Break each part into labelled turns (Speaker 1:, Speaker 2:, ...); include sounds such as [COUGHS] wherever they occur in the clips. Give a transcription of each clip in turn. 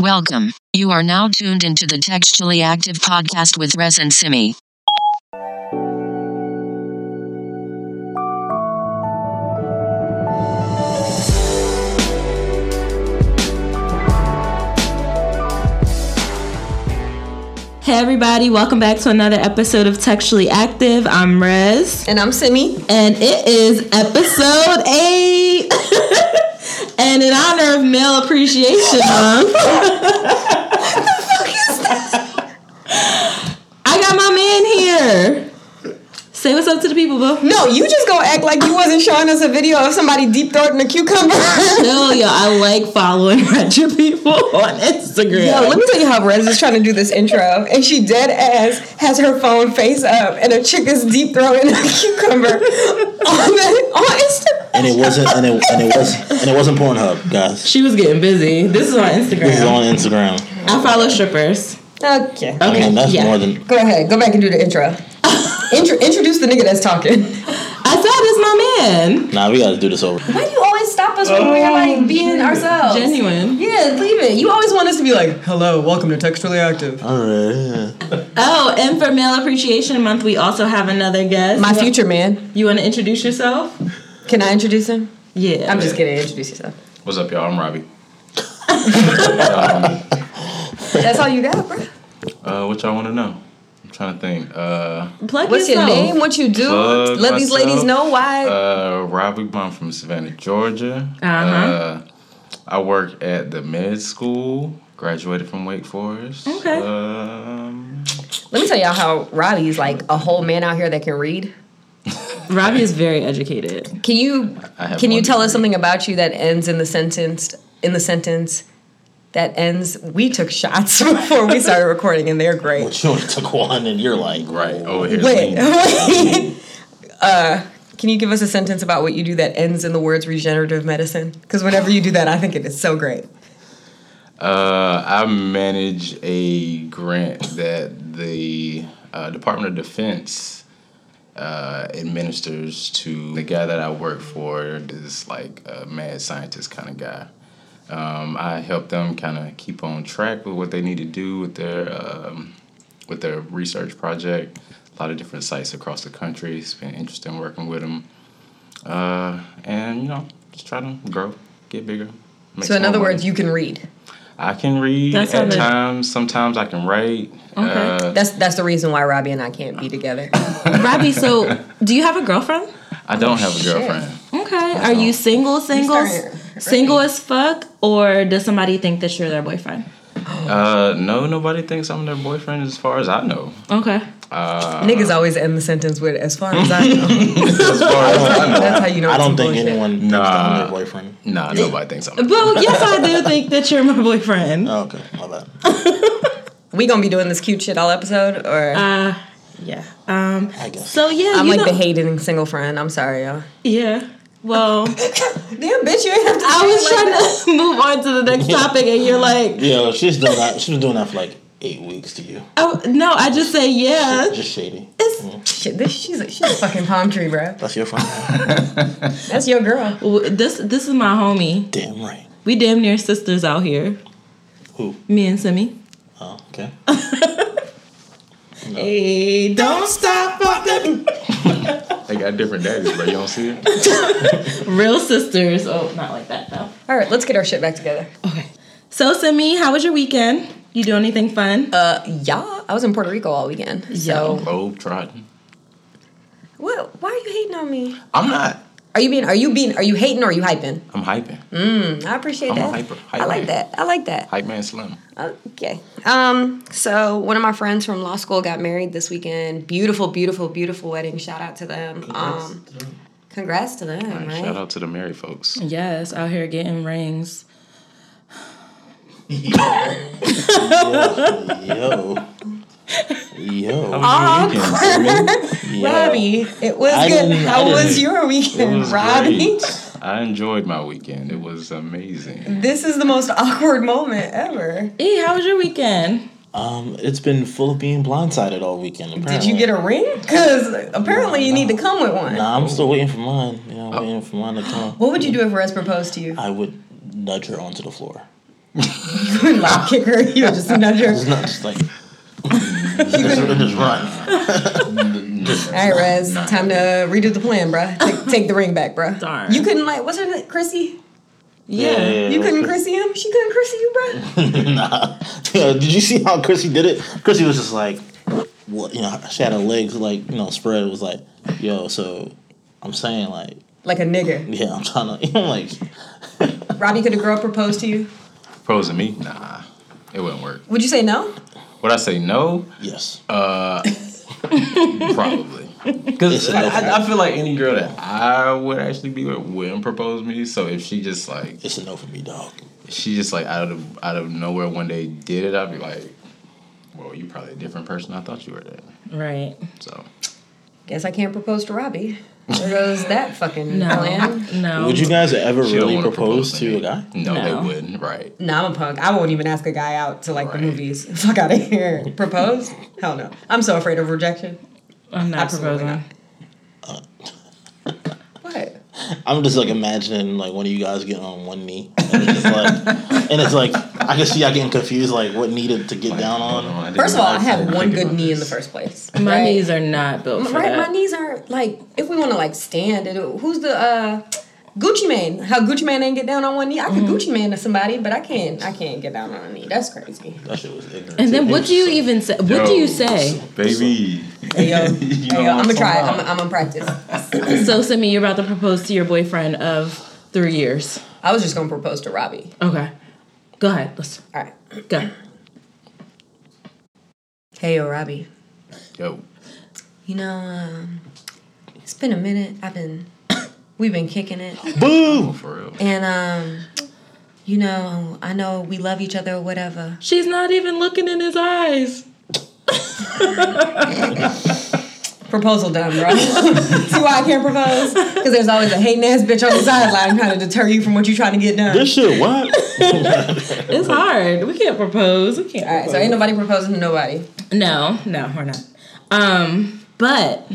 Speaker 1: Welcome. You are now tuned into the Textually Active podcast with Rez and Simi.
Speaker 2: Hey everybody, welcome back to another episode of Textually Active. I'm Rez,
Speaker 3: And I'm Simi.
Speaker 2: and it is episode eight. [LAUGHS] and in honor of Male Appreciation Month, [LAUGHS] I got my man here. Say what's up to the people, boo.
Speaker 3: No, you just gonna act like you wasn't showing us a video of somebody deep throating a cucumber. [LAUGHS]
Speaker 2: Hell yeah, I like following [LAUGHS] retro people [LAUGHS] on Instagram.
Speaker 3: Yo, let me tell you how Rez is trying to do this intro, and she dead ass has her phone face up, and a chick is deep throating a cucumber [LAUGHS] on the on Instagram.
Speaker 4: and it wasn't and it, and it was and it wasn't Pornhub, guys.
Speaker 2: she was getting busy. This is on
Speaker 4: This is
Speaker 2: Instagram.
Speaker 4: on Instagram.
Speaker 2: I follow strippers.
Speaker 3: Okay,
Speaker 4: I mean, that's
Speaker 2: yeah. [LAUGHS]
Speaker 4: more than
Speaker 3: go ahead, go back and do the intro. Intro, introduce the nigga that's talking.
Speaker 2: I thought it's my man.
Speaker 4: nah. We gotta do this over.
Speaker 3: Why do you always stop us when we're like being ourselves?
Speaker 2: Oh, Genuine.
Speaker 3: Yeah, leave it. You always want us to be like, "Hello, welcome to Texturally Active."
Speaker 4: All right.
Speaker 2: Oh, and for Male Appreciation Month, we also have another guest.
Speaker 3: My future man.
Speaker 2: You want to introduce yourself?
Speaker 3: Can I introduce him?
Speaker 2: Yeah.
Speaker 3: I'm just kidding. Introduce yourself.
Speaker 5: What's up, y'all? I'm Robbie.
Speaker 3: That's all you got, bro.
Speaker 5: Uh, what y'all want to know? I'm trying to think. Uh,
Speaker 2: Plug
Speaker 3: What's your
Speaker 2: yourself.
Speaker 3: name? What you do?
Speaker 5: Plug
Speaker 3: Let these
Speaker 5: myself.
Speaker 3: ladies know why.
Speaker 5: uh, Robbie Bum from Savannah, Georgia.
Speaker 2: Uh-huh.
Speaker 5: Uh, I work at the med school. Graduated from Wake Forest.
Speaker 2: Okay.
Speaker 5: Um,
Speaker 3: Let me tell y'all how Robbie's like a whole man out here that can read.
Speaker 2: Robbie is very educated.
Speaker 3: Can you
Speaker 5: I have
Speaker 3: can you
Speaker 5: one
Speaker 3: tell us
Speaker 5: degree.
Speaker 3: something about you that ends in the sentence in the sentence that ends? We took shots [LAUGHS] before we started recording, and they're great.
Speaker 4: But you only took one, and you're like, oh,
Speaker 5: Right over here.
Speaker 3: Wait,
Speaker 5: lean.
Speaker 3: wait. [LAUGHS] Uh, can you give us a sentence about what you do that ends in the words regenerative medicine? Because whenever you do that, I think it is so great.
Speaker 5: Uh, I manage a grant that the uh, Department of Defense uh, administers to the guy that I work for, this like uh, mad scientist kind of guy. Um, I help them kind of keep on track with what they need to do with their um, with their research project. A lot of different sites across the country. It's been interesting working with them, uh, and you know, just try to grow, get bigger. make
Speaker 3: So in
Speaker 5: some
Speaker 3: other
Speaker 5: more money.
Speaker 3: words, you can read.
Speaker 5: I can read
Speaker 2: That's how
Speaker 5: at
Speaker 2: the-
Speaker 5: times. Sometimes I can write.
Speaker 3: [LAUGHS]
Speaker 5: Uh,
Speaker 3: That's that's the reason why Robbie and I can't be together.
Speaker 2: Robbie, so do you have a girlfriend?
Speaker 5: I don't have a girlfriend.
Speaker 2: Okay. Are you single, single,
Speaker 3: started
Speaker 2: single as fuck, or does somebody think that you're their boyfriend?
Speaker 5: Uh, no, nobody thinks I'm their boyfriend as far as I know.
Speaker 2: Okay.
Speaker 3: Niggas always end the sentence with "as far as
Speaker 5: [LAUGHS]
Speaker 3: I know."
Speaker 5: As far as I know.
Speaker 3: Oh, That's how you know.
Speaker 4: I
Speaker 3: it's some
Speaker 4: don't think
Speaker 3: bullshit.
Speaker 4: anyone thinks
Speaker 5: Nah.
Speaker 4: that I'm your boyfriend.
Speaker 5: Nah, nobody thinks I'm.
Speaker 2: Well, yes, I do think that you're my boyfriend.
Speaker 4: Oh, okay, my bad.
Speaker 3: We gonna be doing this cute shit all episode, or
Speaker 2: Uh, yeah. Um.
Speaker 4: I guess.
Speaker 2: So yeah,
Speaker 3: I'm
Speaker 2: you
Speaker 3: like
Speaker 2: know-
Speaker 3: the hating single friend. I'm sorry, y'all.
Speaker 2: Yeah. Well,
Speaker 3: Damn, bitch, you ain't have to.
Speaker 2: I was trying to [LAUGHS] move on to the next topic, and you're like,
Speaker 4: Yeah, she's doing that. She was doing that for like eight weeks to you.
Speaker 2: oh no, I just say yeah.
Speaker 4: Just shady.
Speaker 2: It's-
Speaker 3: Shit, this, she's a, she's a fucking palm tree, bro.
Speaker 4: That's your friend.
Speaker 3: That's your girl.
Speaker 2: w- this this is my homie.
Speaker 4: Damn right.
Speaker 2: We damn near sisters out here.
Speaker 4: Who?
Speaker 2: Me and Simi.
Speaker 4: Oh,
Speaker 2: [LAUGHS]
Speaker 4: okay.
Speaker 2: Hey, don't stop up the
Speaker 5: They got different daddies, but you don't see it.
Speaker 2: real sisters. Oh, not like that though.
Speaker 3: All right, let's get our shit back together.
Speaker 2: Okay. So Simi, how was your weekend? You do anything fun?
Speaker 3: Uh, yeah, I was in Puerto Rico all weekend. So,
Speaker 5: Globe trotting.
Speaker 3: what? Why are you hating on me?
Speaker 5: I'm not.
Speaker 3: Are you being? Are you being? Are you hating or are you hyping? Mm,
Speaker 5: I'm hyping.
Speaker 3: I appreciate
Speaker 5: I'm a
Speaker 3: that.
Speaker 5: hyper-
Speaker 3: I like
Speaker 5: hyper.
Speaker 3: that. I like that.
Speaker 5: Hype man slim.
Speaker 3: Okay. Um, so one of my friends from law school got married this weekend. Beautiful, beautiful, beautiful wedding. Shout out to them. Um, congrats to them, right?
Speaker 5: Shout out to the married folks.
Speaker 2: Yes, out here getting rings.
Speaker 4: Yo.
Speaker 2: [LAUGHS]
Speaker 4: Yo.
Speaker 5: How was your weekend, Simi?
Speaker 4: Yo.
Speaker 3: it was
Speaker 4: I
Speaker 3: good.
Speaker 4: didn't- I
Speaker 3: How was
Speaker 4: didn't-
Speaker 3: your
Speaker 5: It
Speaker 3: weekend,
Speaker 5: was
Speaker 3: Robbie?
Speaker 5: great. I enjoyed my weekend. It was amazing.
Speaker 3: This is the most [LAUGHS] awkward moment ever.
Speaker 2: E, how was your weekend?
Speaker 4: Um, it's been full of being blindsided all weekend. Apparently.
Speaker 3: Did you get a ring? Because apparently you need to come with one.
Speaker 4: Nah, I'm still waiting for mine.
Speaker 3: Oh.
Speaker 4: You know, I'm waiting for mine to come.
Speaker 3: What would you [LAUGHS] do if Rez proposed to you?
Speaker 4: I would nudge her onto the floor. [LAUGHS]
Speaker 2: You would lob kick her. You would just nudge her.
Speaker 4: It's
Speaker 3: [LAUGHS]
Speaker 4: not just like. just, just run.
Speaker 3: All right, Rez. Time to redo the plan, bruh. Take, take the ring back, bruh.
Speaker 2: Darn.
Speaker 3: You couldn't like what's her name? Chrissy.
Speaker 4: Yeah, yeah, yeah.
Speaker 3: you couldn't Chrissy him. She couldn't Chrissy you, bruh.
Speaker 4: [LAUGHS] nah. Yeah, did you see how Chrissy did it? Chrissy was just like, what? You know, she had her legs like you know spread. It was like, yo. So I'm saying like,
Speaker 3: Like a nigger.
Speaker 4: yeah, [LAUGHS] I'm trying to. You know, like,
Speaker 3: Robbie, could a girl propose to you?
Speaker 5: Pros and me? Nah, it wouldn't work.
Speaker 3: Would you say no?
Speaker 5: Would I say no?
Speaker 4: yes.
Speaker 3: [LAUGHS]
Speaker 5: Probably. Because I, I, I feel like any girl that I would actually be with wouldn't propose me. So if she just like
Speaker 4: it's a no for me, dog.
Speaker 5: she just like out of out of nowhere one day did it, I'd be like, "Well, you probably a different person. I thought you were that."
Speaker 2: Right.
Speaker 5: So
Speaker 3: Guess I can't propose to Robbie. There goes that fucking plan.
Speaker 2: No.
Speaker 4: Would you guys ever
Speaker 5: Um, She don't
Speaker 4: really
Speaker 5: wanna
Speaker 4: propose to
Speaker 5: me.
Speaker 4: a guy?
Speaker 5: No,
Speaker 2: No.
Speaker 5: they wouldn't. Right.
Speaker 3: Nah, I'm a punk. I won't even ask a guy out to like
Speaker 5: Right.
Speaker 3: the movies. [LAUGHS] Fuck out of here. propose? Hell no. I'm so afraid of rejection.
Speaker 2: I'm not
Speaker 3: Absolutely
Speaker 2: proposing.
Speaker 3: What?
Speaker 4: I'm just like imagining like one of you guys getting on one knee, and it's like, and it's like I can see y'all getting confused, like what needed to get down on.
Speaker 3: First of all, I have
Speaker 5: Think
Speaker 3: one good
Speaker 5: about
Speaker 3: knee in the
Speaker 5: this.
Speaker 3: first place.
Speaker 2: My
Speaker 3: right?
Speaker 2: knees are not built for
Speaker 3: Right,
Speaker 2: that.
Speaker 3: my knees aren't like if we want to like stand. It, who's the uh Gucci man? How Gucci man ain't get down on one knee? I could Gucci man to somebody, but I can't. I can't get down on a knee. That's crazy.
Speaker 4: That shit was ignorant.
Speaker 2: and then
Speaker 4: It
Speaker 2: what
Speaker 4: was
Speaker 2: do you
Speaker 4: so-
Speaker 2: even say? What do you say?
Speaker 5: baby.
Speaker 3: Hey, yo, [LAUGHS]
Speaker 5: You
Speaker 3: hey,
Speaker 5: know
Speaker 3: yo
Speaker 5: what
Speaker 3: I'm gonna
Speaker 5: I'm
Speaker 3: try. it. I'm,
Speaker 5: talking
Speaker 3: I'm gonna practice.
Speaker 2: So, Simi, you're about to propose to your boyfriend of three years.
Speaker 3: I was just gonna propose to Robbie.
Speaker 2: Okay. Go ahead. Let's
Speaker 3: All right.
Speaker 2: go.
Speaker 3: Hey, yo, Robbie.
Speaker 5: Yo,
Speaker 3: You know, um, it's been a minute. I've been, [COUGHS] we've been kicking it.
Speaker 4: [LAUGHS]
Speaker 3: Oh,
Speaker 4: Boo!
Speaker 5: for real.
Speaker 3: And, um, you know, I know we love each other or whatever.
Speaker 2: She's not even looking in his eyes.
Speaker 3: Proposal done, bro. [LAUGHS] See why I can't propose? Because there's always a hating ass bitch on the sideline trying to deter you from what you're trying to get done.
Speaker 4: This shit, what?
Speaker 2: It's hard. We can't propose. We can't.
Speaker 3: All right, so ain't nobody proposing to nobody.
Speaker 2: No, no, we're not. Um, but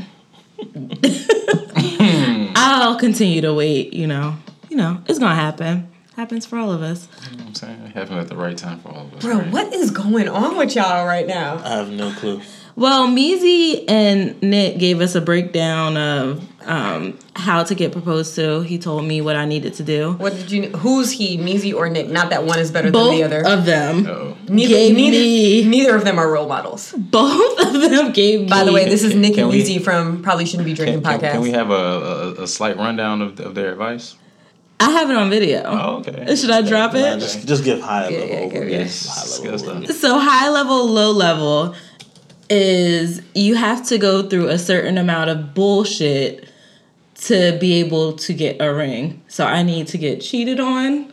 Speaker 5: Hmm.
Speaker 2: [LAUGHS] I'll continue to wait. You know, you know, it's gonna happen. Happens for all of us.
Speaker 5: You know what I'm saying it happened at the right time for all of us.
Speaker 3: Bro,
Speaker 5: right?
Speaker 3: what is going on with y'all right now?
Speaker 4: I have no clue.
Speaker 2: Well, Meezy and Nick gave us a breakdown of um, how to get proposed to. He told me what I needed to do.
Speaker 3: What did you? Who's he? Measy or Nick? Not that one is better
Speaker 2: Both
Speaker 3: than the other.
Speaker 2: of them,
Speaker 5: Oh.
Speaker 3: neither,
Speaker 2: gave
Speaker 3: neither,
Speaker 2: me-
Speaker 3: neither of them are role models.
Speaker 2: [LAUGHS] both of them gave me.
Speaker 3: By
Speaker 5: [LAUGHS]
Speaker 3: the way, this is Nick
Speaker 5: Can
Speaker 3: and
Speaker 5: we-
Speaker 3: Measy from Probably Shouldn't Be Drinking
Speaker 5: Can, can-
Speaker 3: podcast.
Speaker 5: can we have a, a, a slight rundown of, of their advice?
Speaker 2: I have it on video.
Speaker 5: Oh, okay.
Speaker 2: Should I drop it?
Speaker 4: Nah, just, just give high level.
Speaker 3: yeah,
Speaker 4: overview.
Speaker 3: yeah.
Speaker 5: Yes.
Speaker 4: High
Speaker 5: Good
Speaker 4: level.
Speaker 5: stuff.
Speaker 2: So high level, low level is you have to go through a certain amount of bullshit to be able to get a ring. So I need to get cheated on.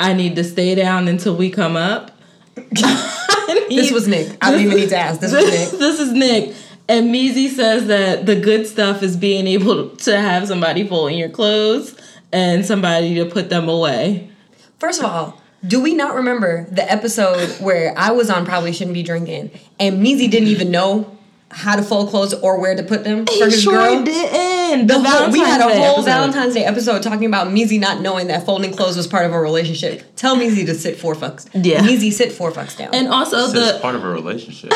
Speaker 2: I need to stay down until we come up. [LAUGHS] I
Speaker 3: this
Speaker 2: need-
Speaker 3: was Nick. I don't even need to ask.
Speaker 2: [LAUGHS]
Speaker 3: This was Nick.
Speaker 2: this is Nick. And Meezy says that the good stuff is being able to have somebody folding your clothes and somebody to put them away.
Speaker 3: First of all, do we not remember the episode where I was on Probably Shouldn't Be Drinking and Measy didn't even know how to fold clothes or where to put them for his girl?
Speaker 2: didn't. The
Speaker 3: The whole- we had
Speaker 2: Valentine's
Speaker 3: a
Speaker 2: Day
Speaker 3: whole
Speaker 2: episode.
Speaker 3: Valentine's Day episode talking about Measy not knowing that folding clothes was part of a relationship. Tell Measy to sit four fucks.
Speaker 2: Yeah.
Speaker 3: Measy sit four fucks down.
Speaker 2: And also
Speaker 5: This is
Speaker 2: the
Speaker 5: part of a relationship.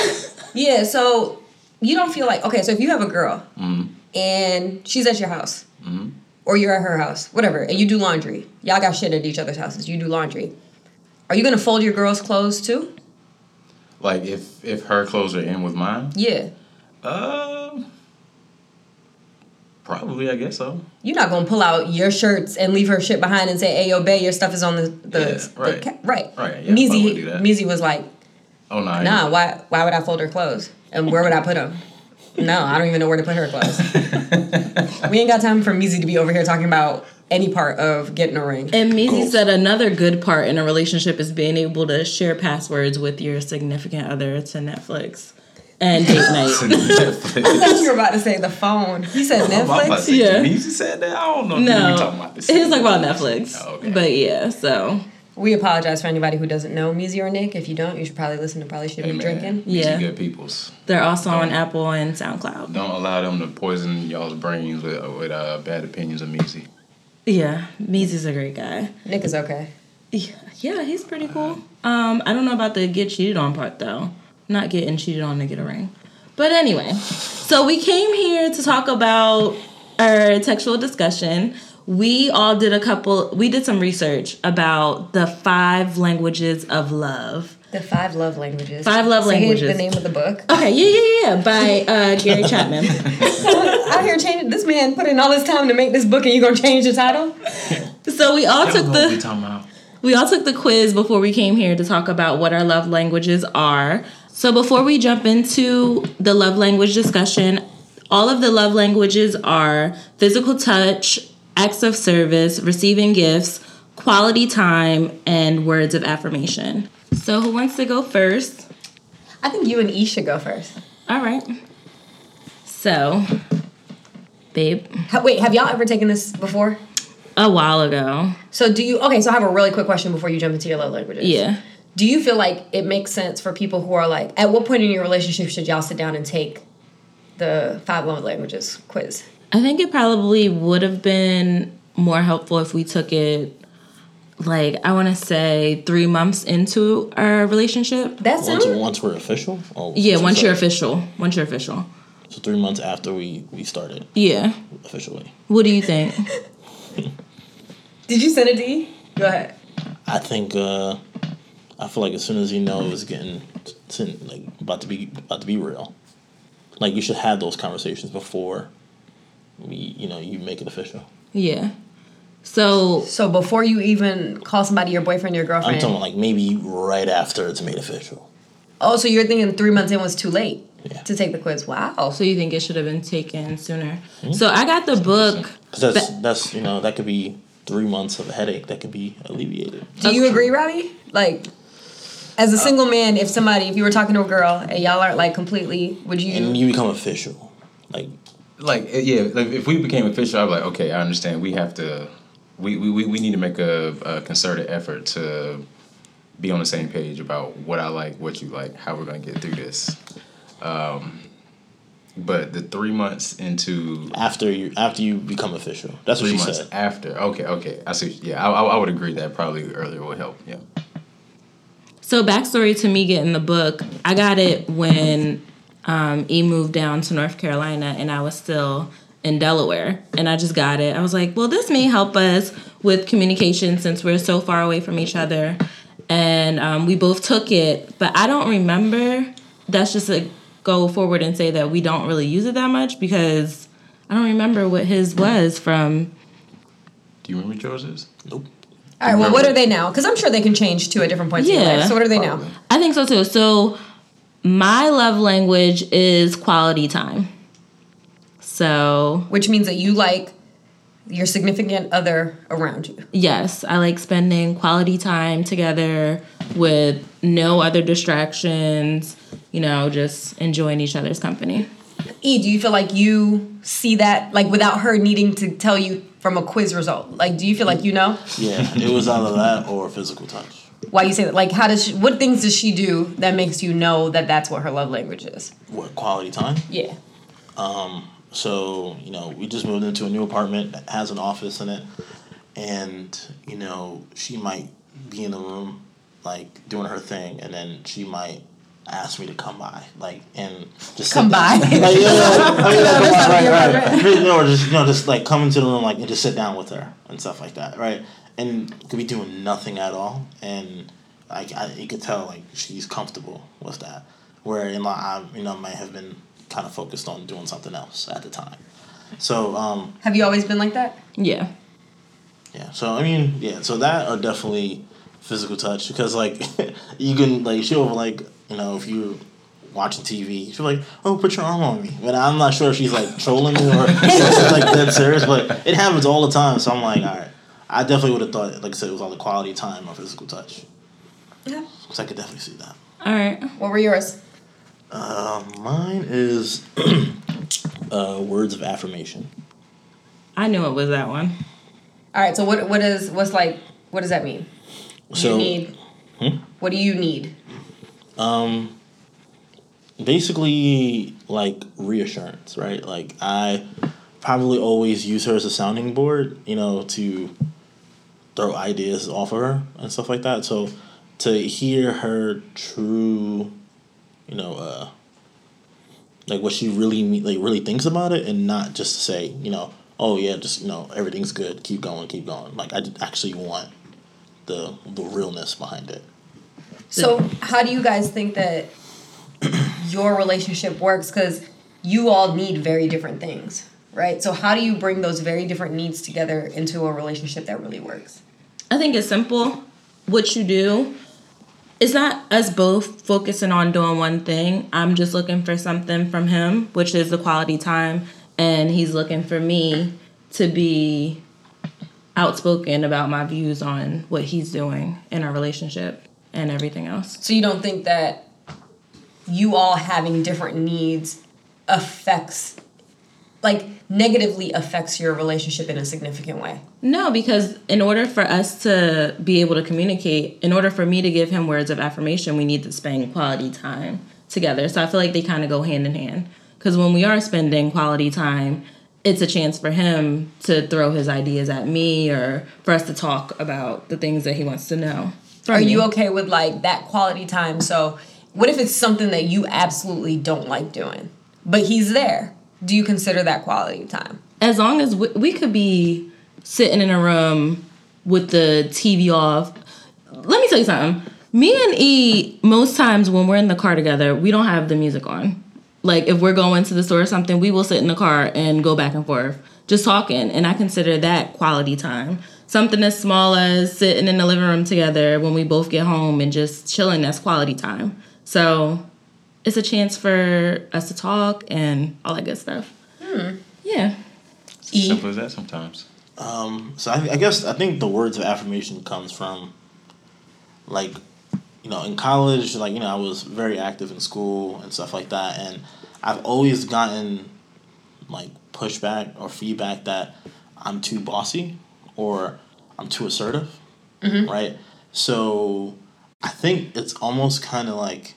Speaker 3: yeah, so you don't feel like okay, so if you have a girl
Speaker 5: Mm-hmm.
Speaker 3: and she's at your house or you're at her house, whatever, and you do laundry. Y'all got shit at each other's houses. You do laundry. Are you gonna fold your girl's clothes too?
Speaker 5: like if if her clothes are in with mine,
Speaker 3: Yeah.
Speaker 5: um, probably I guess so.
Speaker 3: You're not gonna pull out your shirts and leave her shit behind and say, "Hey, yo, bae, your stuff is on the the,
Speaker 5: Yeah,
Speaker 3: the
Speaker 5: right.
Speaker 3: ca- right."
Speaker 5: Right, yeah, why would
Speaker 3: Measy,
Speaker 5: you do that?
Speaker 3: Measy was like,
Speaker 5: Oh no, I ain't- [LAUGHS]
Speaker 3: "Nah, why? Why would I fold her clothes? And where would I put them? No, I don't even know where to put
Speaker 2: [LAUGHS]
Speaker 3: her clothes. we ain't got time for Measy to be over here talking about any part of getting a ring.
Speaker 2: and Meezy
Speaker 4: Cool.
Speaker 2: said another good part in a relationship is being able to share passwords with your significant other to Netflix and
Speaker 5: [LAUGHS]
Speaker 2: date night. [LAUGHS]
Speaker 3: I thought you were about to say the phone. He said Netflix.
Speaker 2: Yeah.
Speaker 5: yeah. He said that. I don't know.
Speaker 2: No,
Speaker 5: No. You talking about this?
Speaker 2: he was talking about Netflix,
Speaker 5: Oh, okay.
Speaker 2: but yeah. So
Speaker 3: We apologize for anybody who doesn't know Measy or Nick. If you don't, you should probably listen to Probably Should Be
Speaker 5: Hey, man,
Speaker 3: Drinking.
Speaker 5: these
Speaker 2: Yeah.
Speaker 5: are good peoples.
Speaker 2: they're also
Speaker 5: Oh.
Speaker 2: on Apple and SoundCloud.
Speaker 5: Don't allow them to poison y'all's brains with with uh, bad opinions of Meezy.
Speaker 2: Yeah, Meezy's a great guy.
Speaker 3: Nick is okay.
Speaker 2: Yeah, yeah, he's pretty cool. Um, I don't know about the get cheated on part though. Not getting cheated on to get a ring. But anyway, so we came here to talk about our textual discussion. We all did a couple, we did some research about the five languages of love.
Speaker 3: The five love languages.
Speaker 2: Five love
Speaker 3: Say
Speaker 2: languages.
Speaker 3: The name of the book. [LAUGHS]
Speaker 2: Okay, yeah, yeah, yeah, by uh, Gary Chapman.
Speaker 5: [LAUGHS]
Speaker 3: Out here changing. This man put in all this time to make this book, and you gonna change the title?
Speaker 2: So we all
Speaker 5: I
Speaker 2: took
Speaker 5: don't know what we
Speaker 2: the
Speaker 5: talking about.
Speaker 2: we all took the quiz before we came here to talk about what our love languages are. So before we jump into the love language discussion, all of the love languages are physical touch, acts of service, receiving gifts, quality time, and words of affirmation. So who wants to go first?
Speaker 3: I think you and E should go first.
Speaker 2: All right. So, babe,
Speaker 3: Ha- Wait, have y'all ever taken this before?
Speaker 2: a while ago.
Speaker 3: So do you? Okay, so I have a really quick question before you jump into your love languages.
Speaker 2: Yeah.
Speaker 3: Do you feel like it makes sense for people who are like, at what point in your relationship should y'all sit down and take the five love languages quiz?
Speaker 2: I think it probably would have been more helpful if we took it like I want to say 3 months into our relationship.
Speaker 3: That's
Speaker 4: Once,
Speaker 3: it.
Speaker 4: once we're official? Oh,
Speaker 2: Yeah,
Speaker 4: so-
Speaker 2: once
Speaker 4: so-
Speaker 2: you're official. Once you're official.
Speaker 4: So three months after we, we started
Speaker 2: Yeah.
Speaker 4: officially.
Speaker 2: What do you think?
Speaker 3: Did you send it to E? Go ahead.
Speaker 4: I think uh, I feel like as soon as you know it's getting it's in, like about to be about to be real, like you should have those conversations before we you know you make it official.
Speaker 2: yeah. So
Speaker 3: So before you even call somebody your boyfriend, your
Speaker 4: I'm
Speaker 3: girlfriend.
Speaker 4: talking like maybe right after it's made official.
Speaker 3: oh, so you're thinking three months in was too late
Speaker 4: Yeah.
Speaker 3: to take the quiz? Wow.
Speaker 2: so you think it should have been taken sooner. So I got the book.
Speaker 4: 'Cause that's that's you know that could be three months of a headache that could be alleviated.
Speaker 3: Do you agree, Robbie? Like, as
Speaker 4: Uh,
Speaker 3: a single man, if somebody, if you were talking to a girl and y'all aren't like completely, would
Speaker 4: And
Speaker 3: you?
Speaker 4: you become official, like
Speaker 5: like it- yeah like if we became official i'd be like okay i understand we have to we we, we we need to make a, a concerted effort to be on the same page about what i like what you like how we're going to get through this um but the three months into
Speaker 4: after you after you become official. That's what
Speaker 5: three
Speaker 4: she
Speaker 5: months
Speaker 4: said.
Speaker 5: after okay okay i see yeah I, I, I would agree that probably earlier would help yeah
Speaker 2: So backstory to me getting the book, I got it when um, E moved down to North Carolina and I was still in Delaware. And I just got it. I was like, well, this may help us with communication since we're so far away from each other. And um, we both took it, but I don't remember. That's just a go forward and say that we don't really use it that much because I don't remember what his was from.
Speaker 5: do you remember Joseph's?
Speaker 4: Nope.
Speaker 3: All right. Well, what are they now? Because I'm sure they can change too at different points in your
Speaker 2: Yeah.
Speaker 3: life. So what are they now?
Speaker 5: Probably.
Speaker 2: I think so too. So my love language is quality time. So
Speaker 3: Which means that you like your significant other around you.
Speaker 2: yes, I like spending quality time together with no other distractions, you know, just enjoying each other's company.
Speaker 3: E, do you feel like you see that like without her needing to tell you from a quiz result? Like, do you feel like you know
Speaker 4: Yeah, it was
Speaker 5: [LAUGHS]
Speaker 4: either that or physical touch.
Speaker 3: why you say that? Like, how does she, what things does she do that makes you know that that's what her love language is?
Speaker 4: What quality time?
Speaker 3: Yeah.
Speaker 4: So, you know, we just moved into a new apartment that has an office in it. And, you know, she might be in the room, like, doing her thing. And then she might ask me to come by, like, and just
Speaker 3: Come [LAUGHS]
Speaker 4: sit down.
Speaker 3: by.
Speaker 4: Like, yeah, yeah, yeah. I mean, like, come on,
Speaker 3: your
Speaker 4: right, right. No, or just, you know, just like come into the room, like, and just sit down with her and stuff like that, right? And could be doing nothing at all. And, like, I, you could tell, like, she's comfortable with that. Where, in my, I, you know, might have been kind of focused on doing something else at the time. So, um,
Speaker 3: Have you always been like that?
Speaker 2: Yeah.
Speaker 4: yeah. So I mean, yeah. So that are definitely physical touch because like [LAUGHS] you can like she'll like you know if you're watching TV she'll like oh put your arm on me but I'm not sure if she's like trolling me or [LAUGHS] she's like dead serious but it happens all the time so I'm like all right I definitely would have thought like I said it was all the quality time or physical touch
Speaker 3: Yeah.
Speaker 4: because I could definitely see that.
Speaker 2: All right.
Speaker 3: What were yours?
Speaker 4: Mine is [CLEARS THROAT] uh, words of affirmation.
Speaker 2: I knew it was that one.
Speaker 3: All right. So what what is what's like what does that mean?
Speaker 4: So Hmm?
Speaker 3: you need. What do you need?
Speaker 4: Um, basically like reassurance, right? Like I probably always use her as a sounding board, you know, to throw ideas off of her and stuff like that. So to hear her true, you know, uh, like what she really me- like really thinks about it, and not just to say, you know, oh yeah, just you know, everything's good, keep going, keep going. Like I did actually want the the realness behind it.
Speaker 3: So, how do you guys think that [CLEARS THROAT] your relationship works? Because you all need very different things, right? So, how do you bring those very different needs together into a relationship that really works?
Speaker 2: I think it's simple. What you do, it's not us both focusing on doing one thing. I'm just looking for something from him, which is the quality time, and he's looking for me to be outspoken about my views on what he's doing in our relationship and everything else.
Speaker 3: So, you don't think that you all having different needs affects, like, negatively affects your relationship in a significant way?
Speaker 2: No, because in order for us to be able to communicate, in order for me to give him words of affirmation, we need to spend quality time together. So I feel like they kind of go hand in hand. Because when we are spending quality time, it's a chance for him to throw his ideas at me or for us to talk about the things that he wants to know. from
Speaker 3: Are you
Speaker 2: me.
Speaker 3: okay with like that quality time? So, what if it's something that you absolutely don't like doing, but he's there? Do you consider that quality time?
Speaker 2: as long as we, we could be sitting in a room with the TV off. Let me tell you something. Me and E, most times when we're in the car together, we don't have the music on. Like if we're going to the store or something, we will sit in the car and go back and forth, just talking. And I consider that quality time. Something as small as sitting in the living room together when we both get home and just chilling, that's quality time. So it's a chance for us to talk and all that good stuff. Yeah.
Speaker 5: Simple as that sometimes.
Speaker 4: So I, I guess I think the words of affirmation comes from, like, you know, in college, like you know, I was very active in school and stuff like that, and I've always gotten, like, pushback or feedback that I'm too bossy or I'm too assertive, right? So I think it's almost kind of like,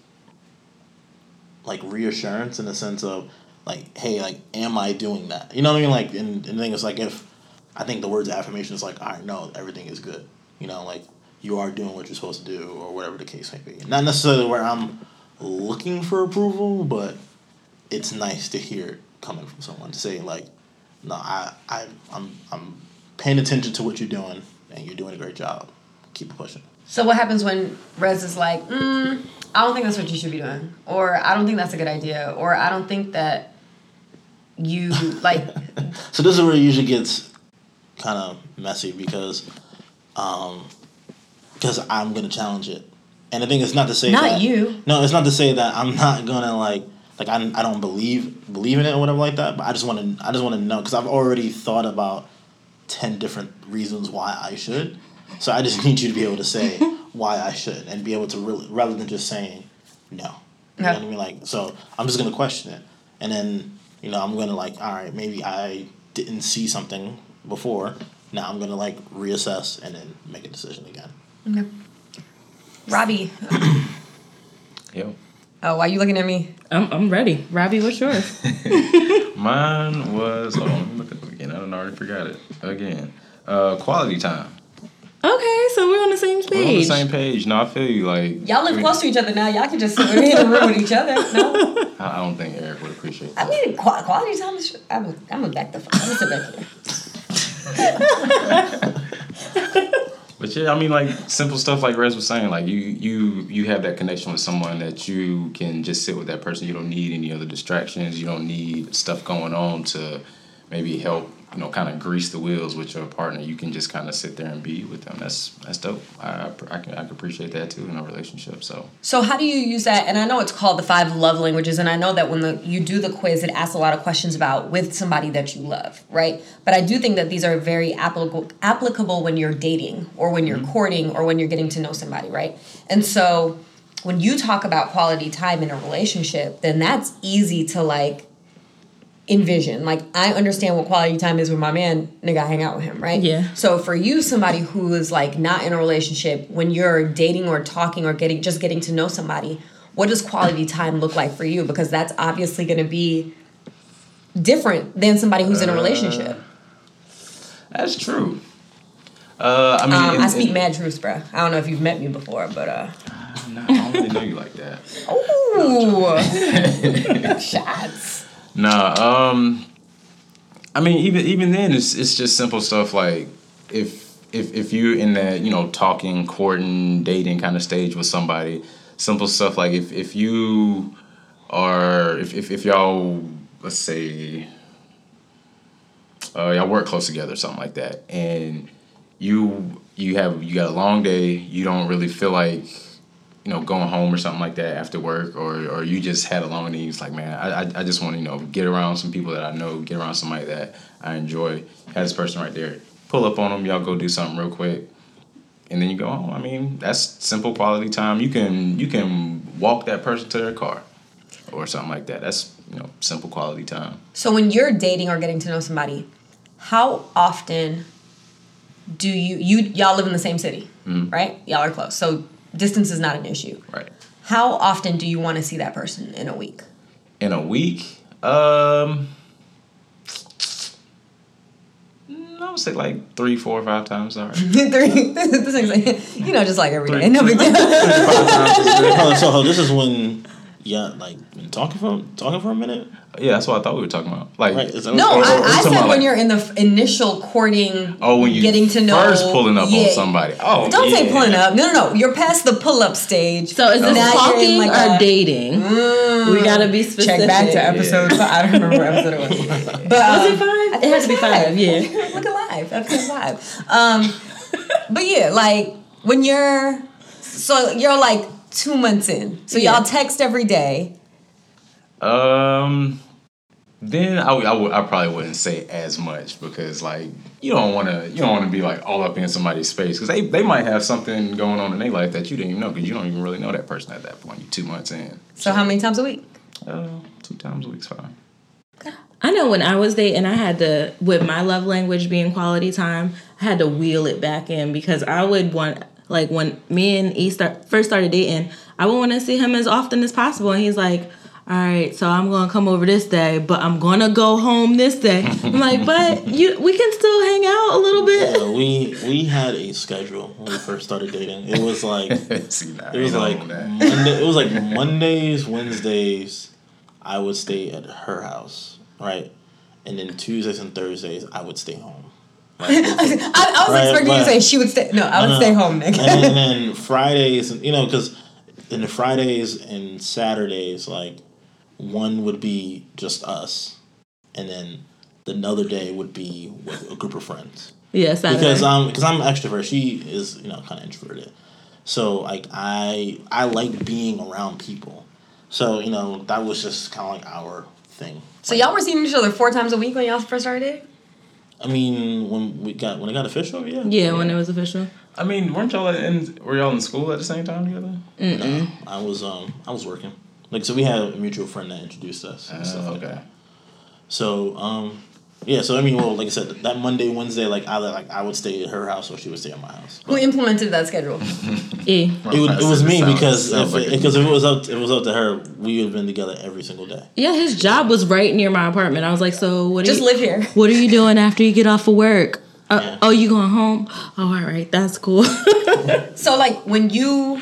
Speaker 4: like reassurance in the sense of, like, hey, like, am I doing that? You know what I mean? Like, and, and the thing is, like, if I think the words affirmation is like, all right, no, everything is good. You know, like you are doing what you're supposed to do, or whatever the case may be. Not necessarily where I'm looking for approval, but it's nice to hear it coming from someone to say like, no, I, I, I'm, I'm paying attention to what you're doing, and you're doing a great job. Keep pushing.
Speaker 3: So, what happens when Rez is like, mm, I don't think that's what you should be doing, or I don't think that's a good idea, or I don't think that you like,
Speaker 4: So this is where it usually gets kind of messy because, um, because I'm gonna challenge it, and the thing is not to say
Speaker 3: Not
Speaker 4: that-
Speaker 3: you.
Speaker 4: No, it's not to say that I'm not gonna like like I, I don't believe believe in it or whatever like that. But I just want to I just want to know because I've already thought about ten different reasons why I should. So I just need you to be able
Speaker 3: [LAUGHS]
Speaker 4: to say why I should and be able to really rather than just saying no. You know
Speaker 3: Yeah.
Speaker 4: what I mean? Like so I'm just gonna question it. And then, you know, I'm gonna like, all right, maybe I didn't see something before. Now I'm gonna like reassess and then make a decision again.
Speaker 3: Robbie,
Speaker 5: Yep.
Speaker 3: oh, why are you looking at me?
Speaker 2: I'm, I'm ready. Robbie, what's yours?
Speaker 5: Mine was hold on, let me look it up again. I don't already forgot it again. Uh, quality time.
Speaker 2: [LAUGHS] okay, so we're on the same page.
Speaker 5: We're on the same page. No, I feel you. Like
Speaker 3: Y'all live
Speaker 5: we-
Speaker 3: close to each other now. Y'all can just sit in the room with each other. No,
Speaker 5: I I don't think Eric would appreciate
Speaker 3: I
Speaker 5: that.
Speaker 3: mean, qua- quality time is. I'm gonna I'm gonna back the fuck. I'm gonna sit back here.
Speaker 5: But yeah, I mean, like simple stuff like Rez was saying, like you you you have that connection with someone that you can just sit with that person. You don't need any other distractions. You don't need stuff going on to maybe help you know kind of grease the wheels with your partner. You can just kind of sit there and be with them. That's that's dope. I I, I can I can appreciate that too in a relationship. So
Speaker 3: So how do you use that? And I know it's called the five love languages, and I know that when the, you do the quiz, it asks a lot of questions about with somebody that you love, right? But I do think that these are very applicable applicable when you're dating or when you're courting or when you're getting to know somebody, right? And so when you talk about quality time in a relationship, then that's easy to like envision. Like I understand what quality time is with my man, nigga, I hang out with him, right?
Speaker 2: Yeah.
Speaker 3: So for you, somebody who is like not in a relationship, when you're dating or talking or getting just getting to know somebody, what does quality time look like for you? Because that's obviously gonna be different than somebody who's in a relationship.
Speaker 5: that's true. Uh, I mean,
Speaker 3: Um,
Speaker 5: it-
Speaker 3: I
Speaker 5: it-
Speaker 3: speak mad truths, bruh. I don't know if you've met me before, but uh.
Speaker 5: Nah, I don't really know you like that.
Speaker 3: Ooh. [LAUGHS] Shots.
Speaker 5: Nah, um, I mean, even even then, it's it's just simple stuff like if if if you're in that you know talking, courting, dating kind of stage with somebody, simple stuff like if if you are if if, if y'all let's say uh, y'all work close together, something like that, and you you have you got a long day, you don't really feel like you know, going home or something like that after work, or or you just had a long day. You're just like, man, I, I, I just want to you know get around some people that I know, get around somebody that I enjoy. Had this person right there, pull up on them, y'all go do something real quick, and then you go home. I mean, that's simple quality time. You can you can walk that person to their car, or something like that. That's you know simple quality time.
Speaker 3: So when you're dating or getting to know somebody, how often do you you y'all live in the same city,
Speaker 5: Mm-hmm.
Speaker 3: right? Y'all are close, so distance is not an issue.
Speaker 5: Right.
Speaker 3: How often do you want to see that person in a week? [LAUGHS]
Speaker 5: In a week, um, mm, I would say like three, four, five times. All right.
Speaker 3: Three. [LAUGHS] this thing's like, you know, just like every day. No big deal.
Speaker 5: [LAUGHS] Five times is good.
Speaker 4: Hold on, so hold on, this is when, yeah, like been talking for talking for a minute.
Speaker 5: Yeah, that's what I thought we were talking about. Like,
Speaker 4: Right? Is that
Speaker 3: No,
Speaker 4: what-
Speaker 5: or
Speaker 3: I, I said
Speaker 5: somebody
Speaker 3: when
Speaker 5: like-
Speaker 3: you're in the f- initial courting,
Speaker 5: oh, when you
Speaker 3: getting to know,
Speaker 5: first pulling up
Speaker 3: yeah.
Speaker 5: on somebody. Oh,
Speaker 3: Don't say
Speaker 5: yeah.
Speaker 3: pulling up. No, no, no. You're past the pull up stage.
Speaker 2: So is this
Speaker 3: Now you're in,
Speaker 2: talking
Speaker 3: like,
Speaker 2: or
Speaker 3: a-
Speaker 2: dating? We gotta be specific.
Speaker 3: Check back to
Speaker 2: Was
Speaker 3: episode. five. I don't remember what episode it [LAUGHS] was. But um,
Speaker 2: it five? It has to be five.
Speaker 3: [LAUGHS]
Speaker 2: Yeah.
Speaker 3: Look alive, episode five. Um, but yeah, like when you're, so you're like two months in. So
Speaker 2: Yeah.
Speaker 3: y'all text every day.
Speaker 5: Um, then I, would- I, would- I probably wouldn't say as much because like you don't want to you don't want to be like all up in somebody's space because they, they might have something going on in their life that you didn't even know because you don't even really know that person at that point. You two months in,
Speaker 3: So how many times a week?
Speaker 5: uh, two times a week's fine. [LAUGHS]
Speaker 2: I know when I was dating, I had to, with my love language being quality time, I had to wheel it back in because I would want, like, when me and E start, first started dating, I would want to see him as often as possible. And he's like, all right, so I'm gonna come over this day, but I'm gonna go home this day. I'm like, but you, we can still hang out a little bit.
Speaker 4: Yeah, we we had a schedule when we first started dating. It was like it
Speaker 5: See, nah,
Speaker 4: was
Speaker 5: ain't no
Speaker 4: like
Speaker 5: wrong with that.
Speaker 4: Monday, it was like Mondays, Wednesdays. I would stay at her house, right, and then Tuesdays and Thursdays I would stay home.
Speaker 3: I, I was
Speaker 4: Right,
Speaker 3: expecting you to
Speaker 4: but-
Speaker 3: say she would stay. No, I would
Speaker 4: No, no.
Speaker 3: stay home, nigga.
Speaker 4: and then Fridays, and you know, because in the Fridays and Saturdays, like one would be just us, and then another day would be with a group of friends.
Speaker 2: Yeah, Saturday.
Speaker 4: because I'm because I'm extrovert. She is you know kind of introverted, so like I I like being around people. So you know that was just kind of like our thing.
Speaker 3: So y'all were seeing each other four times a week when y'all first started.
Speaker 4: I mean when we got when it got official, yeah.
Speaker 2: yeah, when it was official.
Speaker 5: I mean, weren't y'all in? Were y'all in school at the same time together?
Speaker 4: No, I was um I was working. Like so we had a mutual friend that introduced us. And stuff
Speaker 5: Oh,
Speaker 4: like
Speaker 5: okay.
Speaker 4: that. So um. Yeah, so I mean, well, like I said, that Monday, Wednesday, like either like I would stay at her house or she would stay at my house.
Speaker 3: Who implemented that schedule?
Speaker 2: E.
Speaker 4: It, would, it was me
Speaker 5: Sounds-
Speaker 4: because if
Speaker 5: sounds like a-
Speaker 4: it, because if it was up if it was up to her, we would have been together every single day.
Speaker 2: Yeah, his job was right near my apartment. I was like, so what?
Speaker 3: Just
Speaker 2: do you,
Speaker 3: live here.
Speaker 2: What are you doing after you get off of work? Uh,
Speaker 4: Yeah.
Speaker 2: Oh, you going home? Oh, all right, that's cool. [LAUGHS]
Speaker 3: So like when you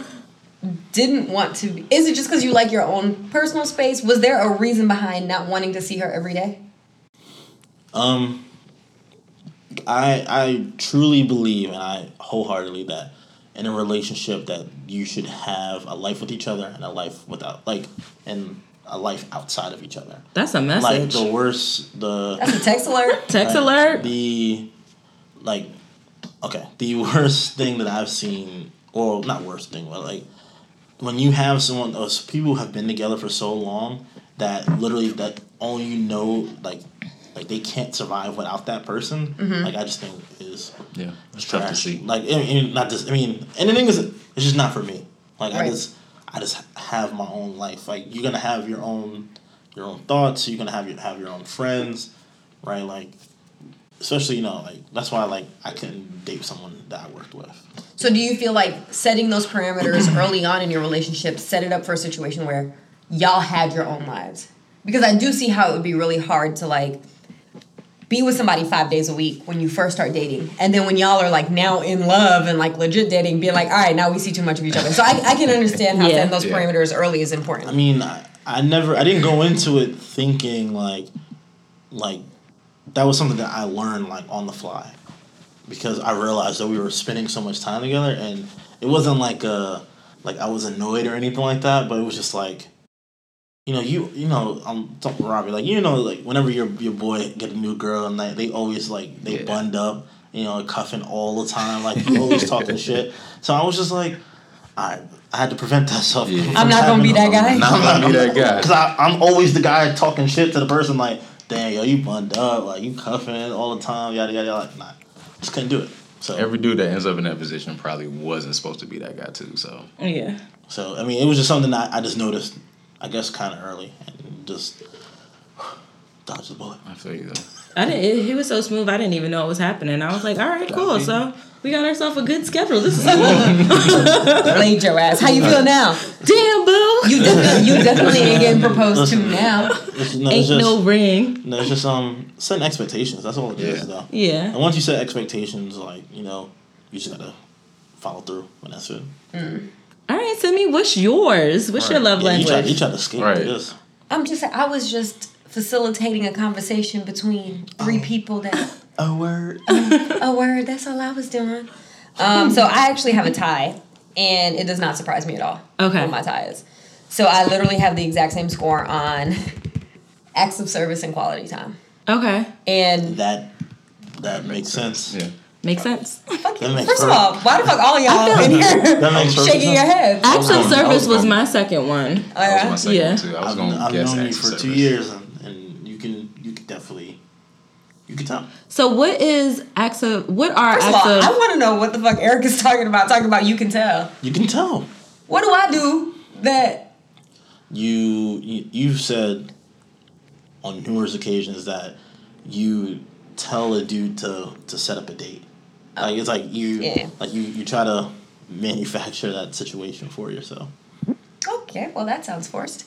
Speaker 3: didn't want to be, is it just because you like your own personal space? Was there a reason behind not wanting to see her every day?
Speaker 4: Um, I I truly believe, and I wholeheartedly that in a relationship that you should have a life with each other and a life without, like, and a life outside of each other.
Speaker 2: that's a
Speaker 4: Like
Speaker 2: message.
Speaker 4: the worst, the
Speaker 3: That's a text alert.
Speaker 2: Text alert.
Speaker 4: the like, okay, the [LAUGHS] worst thing that I've seen, or not worst thing, but like when you have someone, those people who have been together for so long that literally that all you know, like, like they can't survive without that person.
Speaker 2: Mm-hmm.
Speaker 4: Like I just think is
Speaker 5: Yeah, it's tough to
Speaker 4: trash.
Speaker 5: see.
Speaker 4: Like I mean, not just I mean, and the thing is, it's just not for me. Like I
Speaker 3: Right.
Speaker 4: just, I just have my own life. Like you're gonna have your own, your own thoughts. You're gonna have your have your own friends, right? Like, especially you know, like that's why like I couldn't date someone that I worked with.
Speaker 3: So do you feel like setting those parameters early on in your relationship set it up for a situation where y'all had your own lives? Because I do see how it would be really hard to like be with somebody five days a week when you first start dating, and then when y'all are like now in love and like legit dating, being like, all right, now we see too much of each other. So I, I can understand how
Speaker 2: Yeah.
Speaker 3: setting those
Speaker 5: Yeah.
Speaker 3: parameters early is
Speaker 4: I
Speaker 3: important.
Speaker 4: mean, I, I never, I didn't go into it thinking like, like, that was something that I learned like on the fly, because I realized that we were spending so much time together, and it wasn't like a, like I was annoyed or anything like that, but it was just like, you know, you you know, um, I'm talking to Robbie, like you know, like whenever your your boy get a new girl and like they always like they
Speaker 5: Yeah.
Speaker 4: bund up, you know, cuffing all the
Speaker 3: [LAUGHS]
Speaker 4: time, like you always talking shit. So I was just like, I I had to prevent that stuff.
Speaker 5: Yeah.
Speaker 4: from
Speaker 3: I'm not gonna be that
Speaker 4: happening.
Speaker 3: guy.
Speaker 5: Nah, [LAUGHS] I'm not be that guy.
Speaker 4: Cause I, I'm always the guy talking shit to the person like, damn, yo, you bunned up, like you cuffing all the time, yada yada yada. Like, nah, just couldn't do it. So,
Speaker 5: Every dude that ends up in that position probably wasn't supposed to be that guy too. So
Speaker 2: Yeah.
Speaker 4: so I mean, it was just something that I just noticed, I guess, kind of early, and just [SIGHS] dodged the bullet.
Speaker 5: I feel you. Though.
Speaker 2: I didn't. It, he was so smooth. I didn't even know it was happening. I was like, all right, cool.
Speaker 5: mean-
Speaker 2: So we got ourselves a good schedule. This is cool.
Speaker 3: Laid your ass. How you feel now?
Speaker 2: [LAUGHS] Damn, boo.
Speaker 3: You
Speaker 4: [LAUGHS]
Speaker 3: definitely, you definitely ain't getting proposed to
Speaker 4: Listen.
Speaker 3: now.
Speaker 4: It's, no,
Speaker 2: ain't
Speaker 4: it's just,
Speaker 2: no
Speaker 4: no.
Speaker 2: ring.
Speaker 4: it's just um setting expectations. That's all it is,
Speaker 5: Yeah.
Speaker 4: though. And
Speaker 2: Yeah.
Speaker 4: once you set expectations, like you know, you just gotta follow through, and that's it.
Speaker 2: All right, Simi. What's yours? What's your
Speaker 5: Right.
Speaker 2: love
Speaker 4: Yeah, you
Speaker 2: language?
Speaker 4: try, you try to escape
Speaker 5: Right.
Speaker 4: this.
Speaker 3: I'm just, I was just facilitating a conversation between
Speaker 4: Oh.
Speaker 3: three people
Speaker 4: [LAUGHS]
Speaker 3: that
Speaker 4: A word.
Speaker 3: a word. That's all I was doing. Um, so I actually have a tie, and it does not surprise me at all.
Speaker 2: Okay.
Speaker 3: What my tie is. So I literally have the exact same score on [LAUGHS] acts of service and quality time.
Speaker 2: Okay.
Speaker 3: And
Speaker 4: That that makes sense.
Speaker 5: Yeah.
Speaker 2: Makes sense.
Speaker 3: fuck
Speaker 4: That
Speaker 3: you.
Speaker 4: makes
Speaker 3: first of
Speaker 4: perfect-
Speaker 3: all, why the fuck all y'all in here [LAUGHS]
Speaker 4: That makes perfect
Speaker 3: shaking your
Speaker 4: sense.
Speaker 3: heads? Oh,
Speaker 2: Acts of
Speaker 5: going- I was
Speaker 2: service was
Speaker 5: going-
Speaker 2: my second one.
Speaker 5: That was
Speaker 3: yeah.
Speaker 5: my second
Speaker 2: Yeah.
Speaker 5: one too. I was
Speaker 4: I've,
Speaker 5: gonna
Speaker 4: I've
Speaker 5: guess
Speaker 4: known you
Speaker 5: acts
Speaker 4: for
Speaker 5: of service.
Speaker 4: two years, and, and you can you can definitely you can tell.
Speaker 2: So what is acts of? What are
Speaker 3: First of
Speaker 2: acts
Speaker 3: all,
Speaker 2: of?
Speaker 3: I want to know what the fuck Eric is talking about. Talking about you can tell.
Speaker 4: You can tell.
Speaker 3: What do I do that?
Speaker 4: You, you you've said on numerous occasions that you tell a dude to to set up a date. Like it's like you
Speaker 3: Oh. Yeah.
Speaker 4: like you you try to manufacture that situation for yourself.
Speaker 3: Okay, well that sounds forced.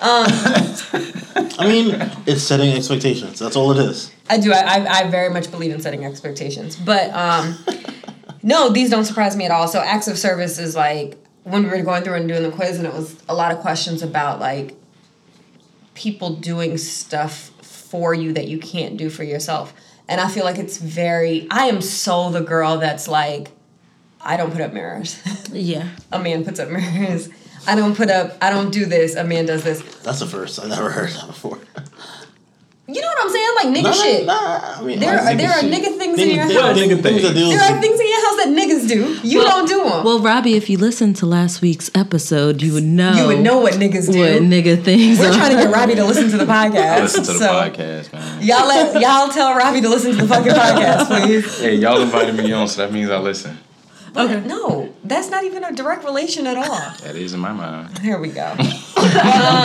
Speaker 4: I
Speaker 3: [LAUGHS]
Speaker 4: mean, it's setting expectations. That's all it is.
Speaker 3: I do. I, I, I very much believe in setting expectations. But um, [LAUGHS] no, these don't surprise me at all. So acts of service is like when we were going through and doing the quiz, and it was a lot of questions about like people doing stuff for you that you can't do for yourself. And I feel like it's very. I am so the girl that's like, I don't put up mirrors.
Speaker 2: yeah.
Speaker 3: a man puts up mirrors. I don't put up. I don't do this. A man does this.
Speaker 4: That's the first. I never heard that before.
Speaker 3: [LAUGHS] You know what I'm saying? Like nigga shit.
Speaker 4: Nah, I mean,
Speaker 3: There
Speaker 4: like,
Speaker 3: are there are
Speaker 4: shit.
Speaker 3: nigga things in your
Speaker 4: Nigga,
Speaker 3: house.
Speaker 4: nigga, nigga,
Speaker 5: things.
Speaker 4: nigga deals
Speaker 3: There are
Speaker 4: with-
Speaker 3: things in your house that niggas do. You don't do them.
Speaker 2: Well, Robbie, if you listened to last week's episode, you would know.
Speaker 3: you would know what niggas do.
Speaker 2: what nigga things.
Speaker 3: We're
Speaker 2: are.
Speaker 3: trying to get Robbie to listen to the podcast.
Speaker 5: [LAUGHS] Listen to the
Speaker 3: so
Speaker 5: podcast, man.
Speaker 3: Y'all let, y'all tell Robbie to listen to the fucking podcast, please.
Speaker 5: Hey, y'all invited me on, so that means I listen.
Speaker 2: Okay.
Speaker 3: No, that's not even a direct relation at all.
Speaker 5: That is in my mind.
Speaker 3: Here we go. um,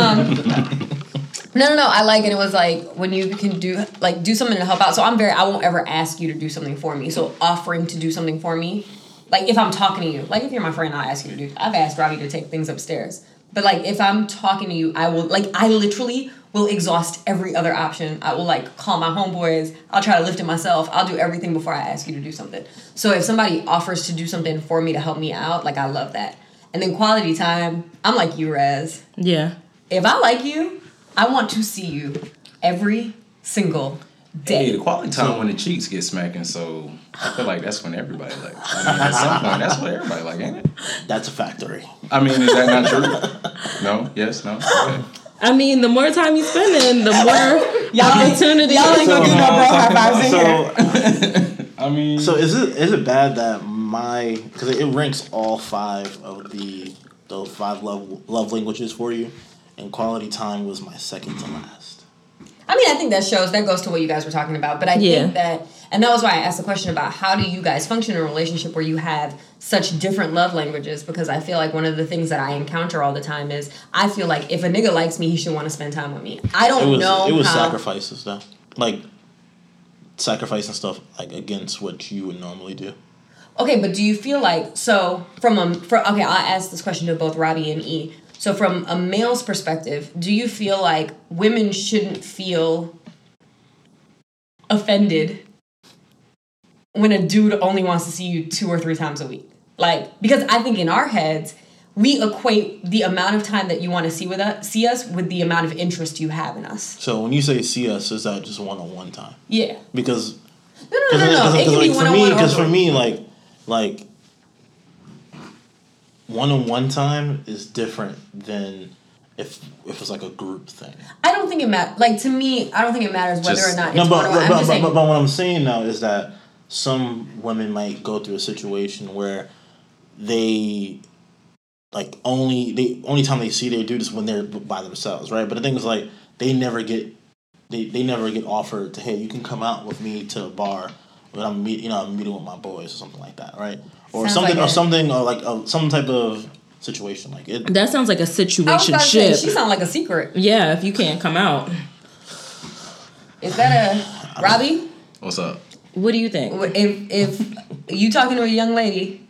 Speaker 3: no, no, no. I like it. It was like when you can do like do something to help out. So I'm very. I won't ever ask you to do something for me. So offering to do something for me, like if I'm talking to you, like if you're my friend, I'll ask you to do. I've asked Robbie to take things upstairs. But like if I'm talking to you, I will like I literally will exhaust every other option. I will like call my homeboys. I'll try to lift it myself. I'll do everything before I ask you to do something. So if somebody offers to do something for me to help me out, like I love that. And then quality time, I'm like you, Rez
Speaker 2: Yeah.
Speaker 3: if I like you, I want to see you every single
Speaker 5: Hey,
Speaker 3: day.
Speaker 5: the quality time when the cheeks get smacking, so I feel like that's when everybody like. I mean, at [LAUGHS] some point, that's what everybody like, ain't it?
Speaker 4: That's
Speaker 3: [LAUGHS]
Speaker 4: a factory.
Speaker 5: I mean, is that not true? [LAUGHS] No. Yes. No. Okay.
Speaker 2: I mean, the more time you spend in,
Speaker 3: [LAUGHS]
Speaker 2: the more
Speaker 3: Y'all
Speaker 2: opportunity.
Speaker 3: Y'all ain't gonna do no bro high fives in here.
Speaker 4: So,
Speaker 5: I mean,
Speaker 4: so is it is it bad that my because it ranks all five of the those five love love languages for you, and quality time was my second to last.
Speaker 3: I mean, I think that shows that goes to what you guys were talking about. But I
Speaker 2: Yeah.
Speaker 3: think that, and that was why I asked the question about how do you guys function in a relationship where you have such different love languages? Because I feel like one of the things that I encounter all the time is I feel like if a nigga likes me, he should want to spend time with me. I
Speaker 4: It
Speaker 3: don't
Speaker 4: was
Speaker 3: know.
Speaker 4: it was
Speaker 3: how,
Speaker 4: sacrifices though, like sacrificing stuff like against what you would normally do.
Speaker 3: Okay, but do you feel like so from a for okay, I'll ask this question to both Robbie and E. So from a male's perspective, do you feel like women shouldn't feel offended when a dude only wants to see you two or three times a week. Like, because I think in our heads, we equate the amount of time that you want to see with us, see us with the amount of interest you have in us.
Speaker 4: So when you say see us, is that just one on one time?
Speaker 3: Yeah.
Speaker 4: Because
Speaker 3: No, no, no,
Speaker 4: Cause,
Speaker 3: no.
Speaker 4: cause,
Speaker 3: it
Speaker 4: cause,
Speaker 3: can be
Speaker 4: like,
Speaker 3: one
Speaker 4: for
Speaker 3: on
Speaker 4: me,
Speaker 3: one.
Speaker 4: because for me, like, like one on one time is different than if if it's like a group thing.
Speaker 3: I don't think it matters. Like to me, I don't think it matters whether
Speaker 5: Just-
Speaker 3: or not it's
Speaker 4: No,
Speaker 3: one
Speaker 4: but
Speaker 3: on one.
Speaker 4: but,
Speaker 3: I'm
Speaker 4: but,
Speaker 3: just
Speaker 4: but,
Speaker 3: saying.
Speaker 4: but what I'm saying now is that some women might go through a situation where they like only they only time they see their dude is when they're by themselves, right? But the thing is like they never get they, they never get offered to hey you can come out with me to a bar when I'm meet you know I'm meeting with my boys or something like that, right? Or
Speaker 3: Sounds
Speaker 4: something
Speaker 3: like
Speaker 4: or
Speaker 3: it.
Speaker 4: something or like a, some type of situation like it.
Speaker 2: That sounds like a
Speaker 3: I was about to say, she
Speaker 2: situationship.
Speaker 3: sound like a secret.
Speaker 2: Yeah, if you can't come out.
Speaker 3: Is that a Robbie?
Speaker 5: What's up?
Speaker 2: What do you think?
Speaker 3: If if you talking to a young lady,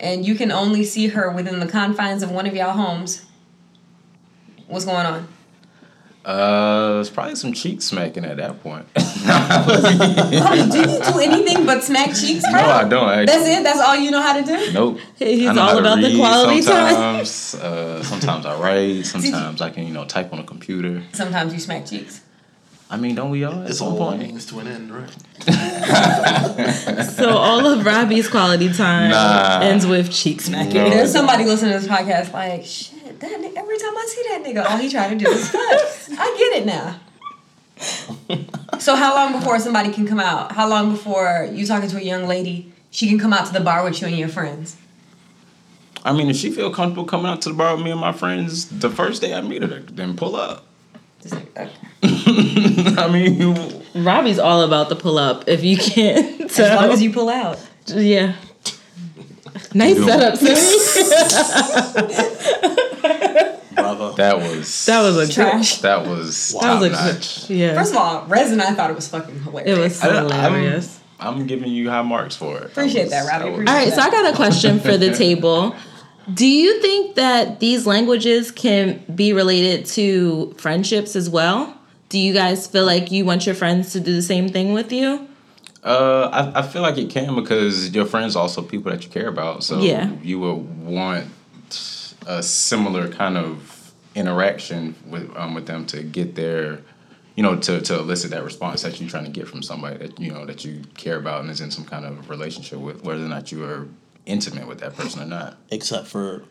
Speaker 3: and you can only see her within the confines of one of y'all homes, what's going on?
Speaker 5: Uh, it's probably some cheek smacking at that point. [LAUGHS]
Speaker 3: Robbie, do you do anything but smack cheeks?
Speaker 5: no,
Speaker 3: bro?
Speaker 5: I don't actually.
Speaker 3: That's it. That's all you know how to do.
Speaker 5: Nope.
Speaker 2: [LAUGHS] He's
Speaker 5: I know
Speaker 2: all
Speaker 5: how to
Speaker 2: about the
Speaker 5: read
Speaker 2: quality time.
Speaker 5: sometimes. Uh, sometimes
Speaker 2: [LAUGHS]
Speaker 5: I write. Sometimes I can, you know, type on a computer.
Speaker 3: Sometimes you smack cheeks.
Speaker 5: I mean, don't we all? At
Speaker 4: It's
Speaker 5: some
Speaker 4: all
Speaker 5: point.
Speaker 4: means to an end, right?
Speaker 2: So all of Robbie's quality time
Speaker 5: Nah.
Speaker 2: ends with cheek smacking.
Speaker 5: No.
Speaker 3: There's somebody listening to this podcast like, shit, that nigga, every time I see that nigga, all he trying to do is fuck.
Speaker 2: [LAUGHS]
Speaker 3: I get it now. so how long before somebody can come out? How long before you talking to a young lady, she can come out to the bar with you and your friends?
Speaker 5: I mean, if she feel comfortable coming out to the bar with me and my friends the first day I meet her, then pull up. [LAUGHS]
Speaker 3: Just like, uh, okay.
Speaker 5: I mean,
Speaker 2: Robbie's all about the pull up. If you can't
Speaker 3: As long
Speaker 2: tell,
Speaker 3: as you
Speaker 2: [LAUGHS]
Speaker 3: pull out.
Speaker 2: yeah. Nice
Speaker 5: Yo.
Speaker 2: setup, Sammy.
Speaker 4: Bravo.
Speaker 5: that was
Speaker 2: that was a trash.
Speaker 3: Trash.
Speaker 5: that was
Speaker 2: That
Speaker 5: top
Speaker 2: was a
Speaker 5: notch.
Speaker 2: yeah.
Speaker 3: First of all, Resin, I thought it was fucking
Speaker 2: it
Speaker 3: hilarious.
Speaker 2: was
Speaker 5: I- I'm-
Speaker 2: hilarious.
Speaker 5: I'm giving you high marks for it.
Speaker 3: Appreciate that, Robbie.
Speaker 5: was-
Speaker 2: All
Speaker 3: Appreciate
Speaker 2: right, so I got a question for the table. Do you think that these languages can be related to friendships as well? Do you guys feel like you want your friends to do the same thing with you?
Speaker 5: Uh, I, I feel like it can because your friends are also people that you care about. So
Speaker 2: Yeah.
Speaker 5: you would want a similar kind of interaction with um, with them to get their, you know, to, to elicit that response that you're trying to get from somebody that you know that you care about and is in some kind of relationship with, whether or not you are intimate with that person or not.
Speaker 4: except for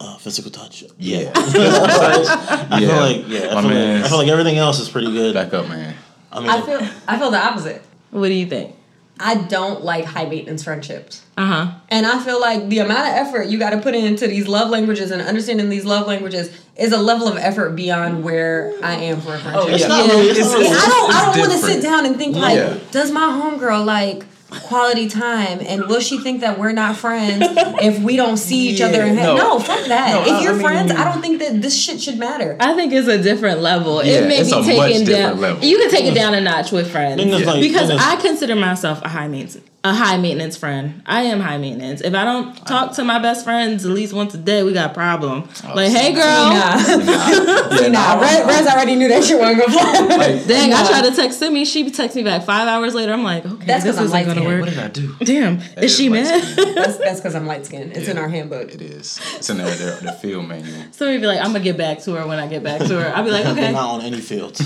Speaker 4: uh, physical touch.
Speaker 5: [LAUGHS] Yeah.
Speaker 4: I
Speaker 5: Yeah.
Speaker 4: feel like yeah,
Speaker 5: My
Speaker 4: I feel like,
Speaker 5: man's-
Speaker 4: I feel like everything else is pretty good.
Speaker 5: Back up, man.
Speaker 4: I mean,
Speaker 3: I feel I feel the opposite.
Speaker 2: What do you think?
Speaker 3: I don't like high maintenance friendships.
Speaker 2: Uh huh.
Speaker 3: And I feel like the amount of effort you got to put into these love languages and understanding these love languages is a level of effort beyond where I am for a friendship.
Speaker 4: it's
Speaker 5: yeah.
Speaker 4: not really. It's, not really-
Speaker 3: I don't. I
Speaker 5: Oh, It's
Speaker 3: don't want to sit
Speaker 5: different.
Speaker 3: down and think like,
Speaker 5: Yeah.
Speaker 3: does my homegirl like quality time, and will she think that we're not
Speaker 5: [LAUGHS]
Speaker 3: friends if we don't see each other? And
Speaker 5: Yeah,
Speaker 3: no.
Speaker 5: no.
Speaker 3: no, fuck that.
Speaker 5: No, I-
Speaker 3: if you're
Speaker 5: I mean-
Speaker 3: friends, I don't think that this shit should matter.
Speaker 2: I think it's a different level.
Speaker 5: Yeah,
Speaker 2: it may
Speaker 5: it's
Speaker 2: be
Speaker 5: a
Speaker 2: taken
Speaker 5: much different
Speaker 2: down.
Speaker 5: level.
Speaker 2: You can take it down a notch with friends
Speaker 4: Thing is, like,
Speaker 2: because
Speaker 4: thing is-
Speaker 2: I consider myself a high maintenance a high maintenance friend. I am high maintenance. If I don't talk to my best friends at least once a day, we got a problem.
Speaker 5: Oh,
Speaker 2: Like, hey girl,
Speaker 3: [LAUGHS]
Speaker 5: Yeah,
Speaker 3: nah, Rez, Rez already knew that shit wasn't gonna fly.
Speaker 5: [LAUGHS]
Speaker 2: dang, I tried to text Simi. She texts me back five hours later. I'm like, okay,
Speaker 3: That's
Speaker 2: this
Speaker 3: 'cause I'm
Speaker 2: isn't gonna
Speaker 3: light-skinned.
Speaker 2: work.
Speaker 5: did I do?
Speaker 2: Damn, is
Speaker 5: is
Speaker 2: she
Speaker 5: light-skinned.
Speaker 2: mad? [LAUGHS]
Speaker 3: That's that's because I'm light skinned. It's in our handbook.
Speaker 5: It is. It's in their their, their
Speaker 3: [LAUGHS]
Speaker 5: field manual.
Speaker 2: so we'd be like, I'm gonna get back to her when I get back to her. I'll be like,
Speaker 4: [LAUGHS]
Speaker 2: okay. [LAUGHS]
Speaker 4: not on
Speaker 3: [LAUGHS]
Speaker 4: any fields.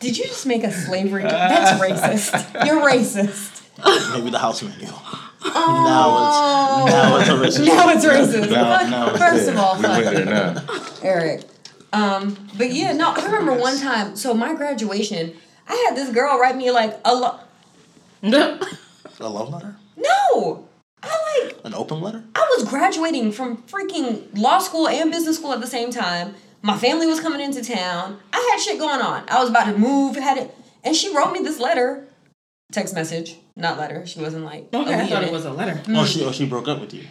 Speaker 3: Did you just make a slavery? joke? That's [LAUGHS] racist. You're racist.
Speaker 4: Maybe the house manual.
Speaker 3: Oh.
Speaker 4: Now it's now it's a risk.
Speaker 3: Now it's racist. Fuck-
Speaker 5: now it's
Speaker 3: First
Speaker 5: there.
Speaker 3: of all,
Speaker 5: we went
Speaker 3: fuck
Speaker 5: there now.
Speaker 3: Eric. Um, but yeah, no, I remember one time. So my graduation, I had this girl write me like a lo-
Speaker 4: A love letter,
Speaker 3: no. I like
Speaker 4: an open letter.
Speaker 3: I was graduating from freaking law school and business school at the same time. My family was coming into town. I had shit going on. I was about to move. Had it, and she wrote me this letter, text message, not letter. She wasn't like
Speaker 2: okay, I
Speaker 3: elite in
Speaker 2: thought it was a letter.
Speaker 4: Oh, she oh she broke up with you.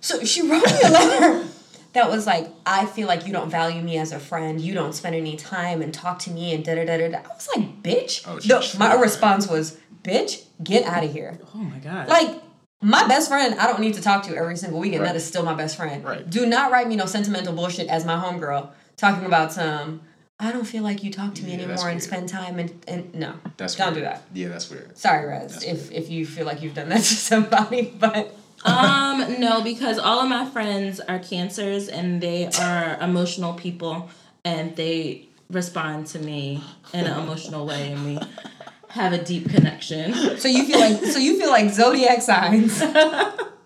Speaker 3: So she wrote me a letter that was like, I feel like you don't value me as a friend. You don't spend any time and talk to me and da da da da. da." I was like, bitch.
Speaker 5: Oh, she
Speaker 3: No,
Speaker 5: was
Speaker 3: my
Speaker 5: triggered.
Speaker 3: response was, bitch, get out of here.
Speaker 2: Oh my god.
Speaker 3: Like, my best friend, I don't need to talk to every single weekend. That
Speaker 5: Right.
Speaker 3: is still my best friend.
Speaker 5: Right.
Speaker 3: Do not write me no sentimental bullshit as my homegirl talking about some. I don't feel like you talk to me
Speaker 5: Yeah, that's
Speaker 3: anymore and
Speaker 5: weird.
Speaker 3: spend time and, and no.
Speaker 5: That's
Speaker 3: don't
Speaker 5: weird.
Speaker 3: do that.
Speaker 5: Yeah, that's weird.
Speaker 3: Sorry, Rez,
Speaker 5: That's
Speaker 3: if if you feel like you've done that [LAUGHS] to somebody, but
Speaker 2: Um, no, because all of my friends are cancers and they are emotional people and they respond to me in an emotional way and we have a deep connection.
Speaker 3: so you feel like so you feel like zodiac
Speaker 2: [LAUGHS]
Speaker 3: signs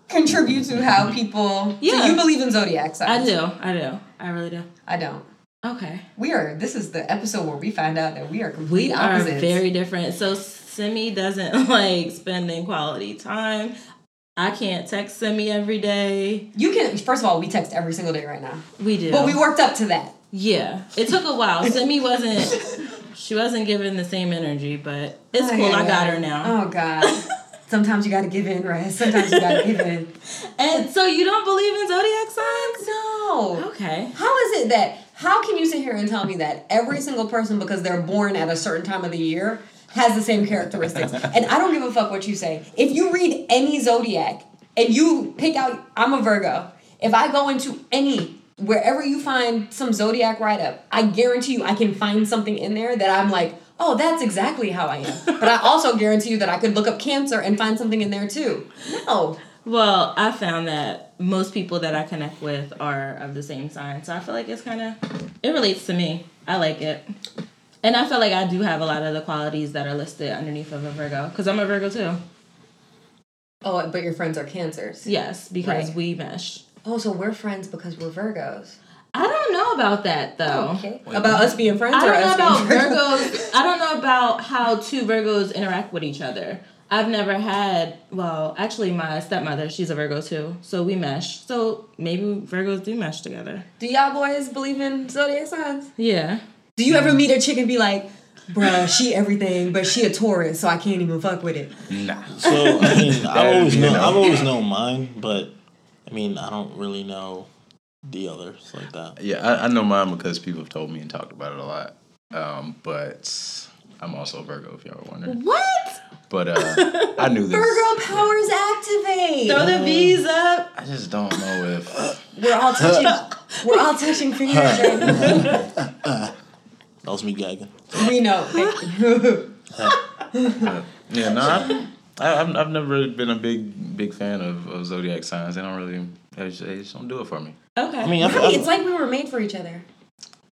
Speaker 3: contribute to how people.
Speaker 2: Yeah.
Speaker 3: So you believe in zodiac
Speaker 2: I
Speaker 3: signs?
Speaker 2: do, I do. I really do.
Speaker 3: I don't.
Speaker 2: Okay.
Speaker 3: We are. This is the episode where we find out that we are complete
Speaker 2: We are
Speaker 3: opposites.
Speaker 2: very different. So Simi doesn't [LAUGHS] like spending quality time. I can't text Simi every day.
Speaker 3: You can. First of all, we text every single day right now,
Speaker 2: We do.
Speaker 3: but we worked up to that.
Speaker 2: Yeah, it took a while. Simi [LAUGHS] wasn't. She wasn't giving the same energy, but it's cool. I got her now. [LAUGHS]
Speaker 3: Oh God. Sometimes you gotta give in, right? Sometimes you gotta
Speaker 2: [LAUGHS]
Speaker 3: give in.
Speaker 2: And so you don't believe in zodiac signs?
Speaker 3: No.
Speaker 2: Okay.
Speaker 3: How is it that? How can you sit here and tell me that every single person, because they're born at a certain time of the year, has the same characteristics? and I don't give a fuck what you say. If you read any zodiac and you pick out, I'm a Virgo. If I go into any wherever you find some zodiac write up, I guarantee you I can find something in there that I'm like, oh, that's exactly how I am. but I also guarantee you that I could look up Cancer and find something in there too. No.
Speaker 2: Well, I found that most people that I connect with are of the same sign, so I feel like it's kind of it relates to me. I like it, and I feel like I do have a lot of the qualities that are listed underneath of a Virgo because I'm a Virgo too.
Speaker 3: Oh, but your friends are Cancers.
Speaker 2: Yes, because
Speaker 3: Right.
Speaker 2: we mesh.
Speaker 3: Oh, so we're friends because we're Virgos.
Speaker 2: I don't know about that though.
Speaker 3: Okay. about us being friends
Speaker 2: I
Speaker 3: or
Speaker 2: don't know
Speaker 3: us
Speaker 2: about
Speaker 3: being [LAUGHS] Virgos?
Speaker 2: Virgos. I don't know about how two Virgos interact with each other. I've never had. Well, actually, my stepmother, she's a Virgo too, so we mesh. So maybe Virgos do mesh together.
Speaker 3: Do y'all boys believe in zodiac signs?
Speaker 2: Yeah.
Speaker 3: Do you ever meet a chick and be like, bruh, she everything, but she a Taurus, so I can't even fuck with it?
Speaker 5: Nah.
Speaker 4: So I
Speaker 5: [LAUGHS]
Speaker 4: mean, I've always
Speaker 5: you
Speaker 4: known,
Speaker 5: know.
Speaker 4: I've always known mine, but I mean, I don't really know the others like that.
Speaker 5: Yeah, I, I know mine because people have told me and talked about it a lot. Um, but I'm also a Virgo, if y'all were wondering.
Speaker 2: What?
Speaker 5: But uh, I knew this.
Speaker 3: Virgo powers activate.
Speaker 2: Throw the V's up.
Speaker 5: I just don't know if.
Speaker 3: We're all touching. we're all touching fingers. right now.
Speaker 4: That was me gagging.
Speaker 3: we [LAUGHS] know.
Speaker 5: Yeah, no, I, I, I've, I've never really been a big big fan of, of zodiac signs. They don't really, they just, they just don't do it for me.
Speaker 2: Okay.
Speaker 4: I mean, I,
Speaker 3: Really, it's
Speaker 4: I,
Speaker 3: like we were made for each other.